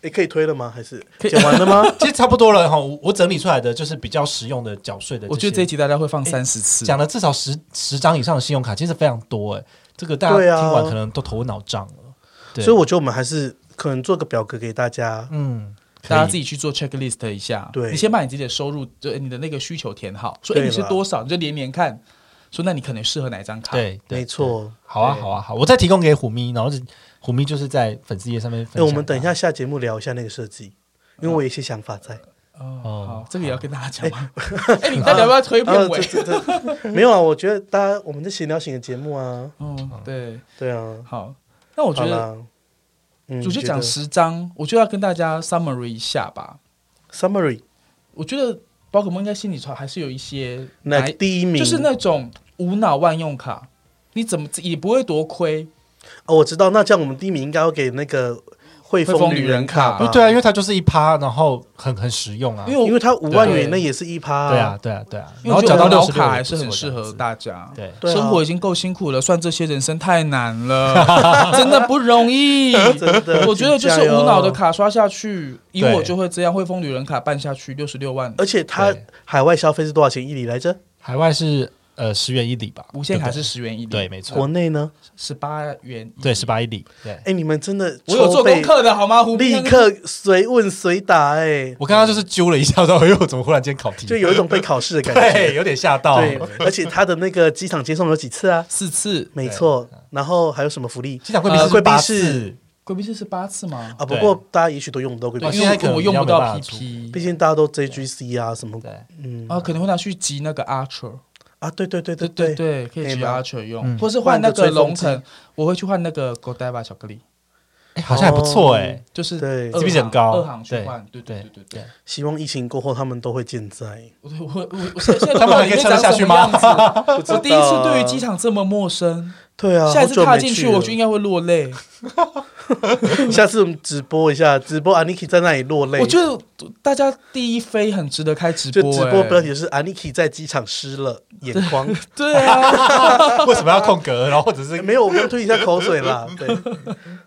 Speaker 1: 你可以推了吗？还是
Speaker 2: 可以
Speaker 1: 讲完了吗？
Speaker 3: 其实差不多了哈。我我整理出来的就是比较实用的缴税的些，
Speaker 2: 我觉得这一集大家会
Speaker 1: 哎
Speaker 2: 放三十次。
Speaker 3: 讲了至少十十张以上的信用卡，其实非常多哎、这个大家
Speaker 1: 对啊
Speaker 3: 听完可能都头昏脑胀了。对，
Speaker 1: 所以我觉得我们还是可能做个表格给大家，
Speaker 3: 嗯，
Speaker 2: 大家自
Speaker 3: 己
Speaker 2: 己去做 checklist 一下，
Speaker 1: 对
Speaker 2: 你先把你自己的收入，对你的那个需求填好，说哎
Speaker 1: 对
Speaker 2: 你是
Speaker 1: 啦
Speaker 2: 多少，你就连连看，说那你可能适合哪张卡，，
Speaker 3: 对，对
Speaker 1: 没。错。
Speaker 3: 好啊，
Speaker 2: 对
Speaker 3: 好啊，好，我再提供给虎咪，然后是虎咪就是在粉丝页上面分
Speaker 1: 那哎
Speaker 3: 享。
Speaker 1: 我们等一下下节目聊一下那个设计，因为我有一些想法在。
Speaker 2: 哦，
Speaker 3: 哦
Speaker 2: 好，这个也要跟大家讲吗？ [LAUGHS] 哎，你到底要不要推
Speaker 1: 啊
Speaker 2: 片，尾？
Speaker 1: 这这这 [LAUGHS] 没有啊，我觉得大家我们在闲聊型的节目啊，
Speaker 2: 嗯，对，
Speaker 1: 对啊，
Speaker 2: 好，那我觉
Speaker 1: 好
Speaker 2: 得
Speaker 1: 啦，嗯，
Speaker 2: 主角讲
Speaker 1: 觉得
Speaker 2: 十张，我就要跟大家 summary 一下吧。
Speaker 1: summary，
Speaker 2: 我觉得宝可梦应该心里头还是有一些
Speaker 1: 那
Speaker 2: 来
Speaker 1: 个第一名
Speaker 2: 就是那种无脑万用卡，你怎么也不会多亏，
Speaker 1: 哦，我知道，那这样我们第一名应该要给那个汇
Speaker 2: 汇丰
Speaker 1: 丰
Speaker 2: 旅
Speaker 1: 旅
Speaker 2: 人
Speaker 1: 人
Speaker 2: 卡
Speaker 1: 卡
Speaker 3: 不
Speaker 1: 吧？
Speaker 3: 是对啊，因为它就是一趴，然后很很实用啊。
Speaker 2: 因为我
Speaker 1: 因为它五万
Speaker 2: 对
Speaker 1: 元那也是一趴、
Speaker 3: 对啊，，对啊，对啊。
Speaker 2: 因为我
Speaker 3: 然后
Speaker 2: 觉
Speaker 3: 讲
Speaker 2: 得
Speaker 3: 到
Speaker 2: 无脑
Speaker 3: 六十
Speaker 2: 卡还是很适合
Speaker 3: 大。
Speaker 2: 大家。
Speaker 3: 对，
Speaker 1: 对啊
Speaker 2: 生活已经够辛苦了，算这些人生太难了， [LAUGHS] 真的不容易。
Speaker 1: 真的，
Speaker 2: 我觉得就是
Speaker 1: 请啊加油
Speaker 2: 无脑的，卡刷下去，以
Speaker 3: 对
Speaker 2: 我就会这样。汇丰旅人卡办下去六十六万，
Speaker 1: 而且它
Speaker 3: 对
Speaker 1: 海外消费是多少钱一里来着？
Speaker 3: 海外是呃十元一里吧，
Speaker 2: 无限卡
Speaker 3: 对
Speaker 2: 是十元一
Speaker 3: 不
Speaker 2: 里，
Speaker 3: 对对，没
Speaker 1: 国
Speaker 3: 错，
Speaker 1: 内呢？
Speaker 2: 十八元一里
Speaker 3: 对，十八一里。对，
Speaker 1: 哎，你们真的
Speaker 2: 我有做
Speaker 1: 筹备
Speaker 2: 功，课啊的好吗？胡斌
Speaker 1: 立刻随问随答、哎，
Speaker 3: 我刚刚就是揪了一下，说哎呦，我怎么忽然间考题？
Speaker 1: 就有一种被考试的感
Speaker 3: 对，
Speaker 1: 觉。
Speaker 3: 有点吓到。
Speaker 1: 对，而且它的那个机场接送有几次啊？
Speaker 2: 四次，
Speaker 1: 没错，然后还有什么福利
Speaker 3: 机场贵
Speaker 2: 呃
Speaker 3: 宾
Speaker 1: 贵
Speaker 3: 室
Speaker 1: 宾
Speaker 3: 八
Speaker 1: 室
Speaker 3: 次，
Speaker 2: 贵宾室是八次吗？
Speaker 1: 啊？不
Speaker 3: 对
Speaker 1: 过大家也许都用不到贵宾
Speaker 2: 对，
Speaker 1: 室，
Speaker 2: 因
Speaker 3: 哦现
Speaker 2: 为
Speaker 3: 在可能
Speaker 2: 我用不
Speaker 3: 比较
Speaker 2: 到
Speaker 3: 没办法出
Speaker 2: PP，
Speaker 1: 毕竟大家都 JGC 啊什么，
Speaker 3: 对，
Speaker 1: 嗯
Speaker 2: 啊，可能会拿去集那个 Archer，
Speaker 1: 啊，对对对
Speaker 2: 对
Speaker 1: 对
Speaker 2: 对，对，可以
Speaker 1: 可以
Speaker 2: 集
Speaker 1: 吧
Speaker 2: Archer 用，
Speaker 3: 嗯
Speaker 2: 或是换那
Speaker 1: 换
Speaker 2: 个
Speaker 1: 个追风
Speaker 2: 龙
Speaker 1: 机
Speaker 2: 城，我会去换那个 Godiva 巧克力，
Speaker 3: 哎好像还不错哎。
Speaker 2: 就是
Speaker 1: 对
Speaker 2: 二
Speaker 3: CP 值很
Speaker 2: 行
Speaker 3: 高
Speaker 2: 二行去
Speaker 3: 对
Speaker 2: 换，对对
Speaker 3: 对
Speaker 2: 对对对。
Speaker 1: 希望疫情过后他们都会健在。
Speaker 2: 我我我我
Speaker 3: [LAUGHS]
Speaker 2: 现在现在
Speaker 3: 他们还可以
Speaker 2: 不知
Speaker 3: 撑
Speaker 2: 道里面长
Speaker 3: 得下去吗
Speaker 2: 什么样子
Speaker 1: 不知
Speaker 3: [LAUGHS]
Speaker 1: 道
Speaker 2: 我
Speaker 1: 啊
Speaker 2: 第一次对于机场这么陌生，
Speaker 1: 对啊，
Speaker 2: 下一次
Speaker 1: 好久
Speaker 2: 踏
Speaker 1: 没
Speaker 2: 进去
Speaker 1: 去了
Speaker 2: 我就应该会落泪。
Speaker 1: [LAUGHS] 下次我们直播一下，直播 Aniki 在那里落泪。
Speaker 2: 我觉得大家第一飞很值得开直
Speaker 1: 哎就
Speaker 2: 播，
Speaker 1: 直播
Speaker 2: 哎
Speaker 1: 标题是 Aniki 在机场湿了眼眶，
Speaker 2: 对
Speaker 1: [LAUGHS]
Speaker 2: 啊，
Speaker 3: 哦为什么要空格？然后或者是
Speaker 1: 诶没有，我刚吞一下口水啦。对，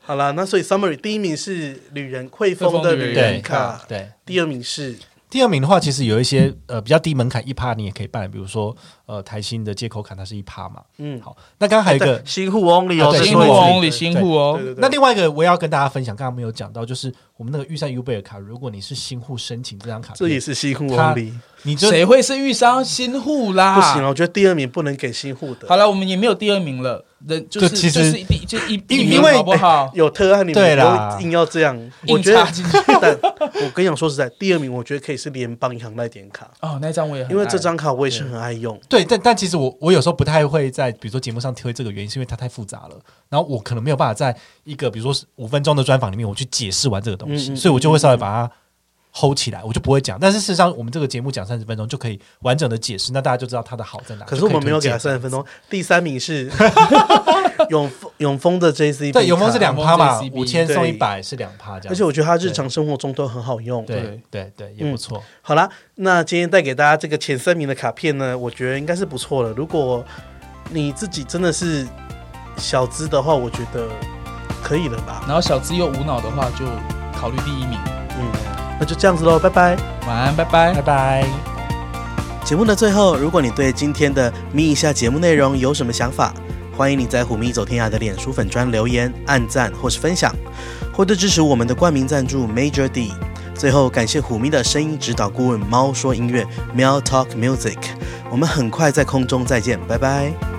Speaker 1: 好啦，那所以 summary 第一名是旅人汇丰的旅人卡，
Speaker 3: 对。
Speaker 1: 第二名是
Speaker 3: 第二名的话，其实有一些呃比较低门槛一趴，你也可以办，比如说呃台新的接口卡，它是一趴嘛。
Speaker 1: 嗯，
Speaker 3: 好，那刚刚还有一个
Speaker 1: 对，新户 only 哦，
Speaker 3: 啊对
Speaker 1: 再
Speaker 2: 新
Speaker 1: 说一次
Speaker 2: 户
Speaker 3: 户
Speaker 2: only
Speaker 1: 对
Speaker 2: 新户哦
Speaker 1: 对，对对，
Speaker 3: 那另外一个我也要跟大家分享，刚刚没有讲到，就是我们那个预算 U 贝尔卡，如果你是新户申请这张卡片，
Speaker 1: 这也是新户王力，
Speaker 3: 你就
Speaker 2: 谁会是玉商新户啦？
Speaker 1: 不行啊了，我觉得第二名不能给新户的。
Speaker 2: 好了，我们也没有第二名了，人就是
Speaker 3: 就其
Speaker 2: 就
Speaker 3: 实
Speaker 2: 是一第就一
Speaker 3: 因
Speaker 2: 一名
Speaker 3: 因为
Speaker 2: 好不好？
Speaker 1: 有特案你们
Speaker 3: 对啦
Speaker 1: 不硬要这样，
Speaker 2: 硬
Speaker 1: 我觉得
Speaker 2: 插进。
Speaker 1: 但我跟你讲，说实在，第二名我觉得可以是联邦银行那一点卡，
Speaker 2: 哦，那一张我也很
Speaker 1: 因为这
Speaker 2: 爱
Speaker 1: 张卡我也是很爱用。
Speaker 3: 对，但但其实我我有时候不太会在比如说节目上推这个原因，是因为它太复杂了，然后我可能没有办法在一个比如说五分钟的专访里面我去解释完这个东西，
Speaker 1: 嗯嗯
Speaker 3: 所以我就会稍微把它 hold 起来，我就不会讲。但是事实上，我们这个节目讲三十分钟就可以完整的解释，那大家就知道它的好在哪。
Speaker 1: 可是我们没有给他
Speaker 3: 就可
Speaker 1: 三
Speaker 3: 以
Speaker 1: 十分钟，第三名是 [LAUGHS] 永丰永丰的 JCB，
Speaker 3: 推荐对，永丰是
Speaker 1: 卡
Speaker 3: 两趴嘛
Speaker 2: 永丰，是
Speaker 3: 五千送一
Speaker 1: 对
Speaker 3: 百是两趴这样子。
Speaker 1: 而且我觉嗯得他日常生活中都很好用。
Speaker 3: 对对对也不错。
Speaker 1: 好啦，那今天带给大家这个前三名的卡片呢，我觉得应该是不错了。如果你自己真的是小资的话，我觉得可以了吧。
Speaker 2: 然后小资又无脑的话，就考虑第一名。
Speaker 1: 嗯，那就这样子喽，拜拜。
Speaker 2: 晚安，拜拜
Speaker 3: 拜。拜。
Speaker 4: 节目的最后，如果你对今天的咪一下节目内容有什么想法，欢迎你在虎咪走天涯的脸书粉专留言、按赞或是分享，或者支持我们的冠名赞助 Major D。最后，感谢虎咪的声音指导顾问猫说音乐 Meow Talk Music。我们很快在空中再见，拜拜。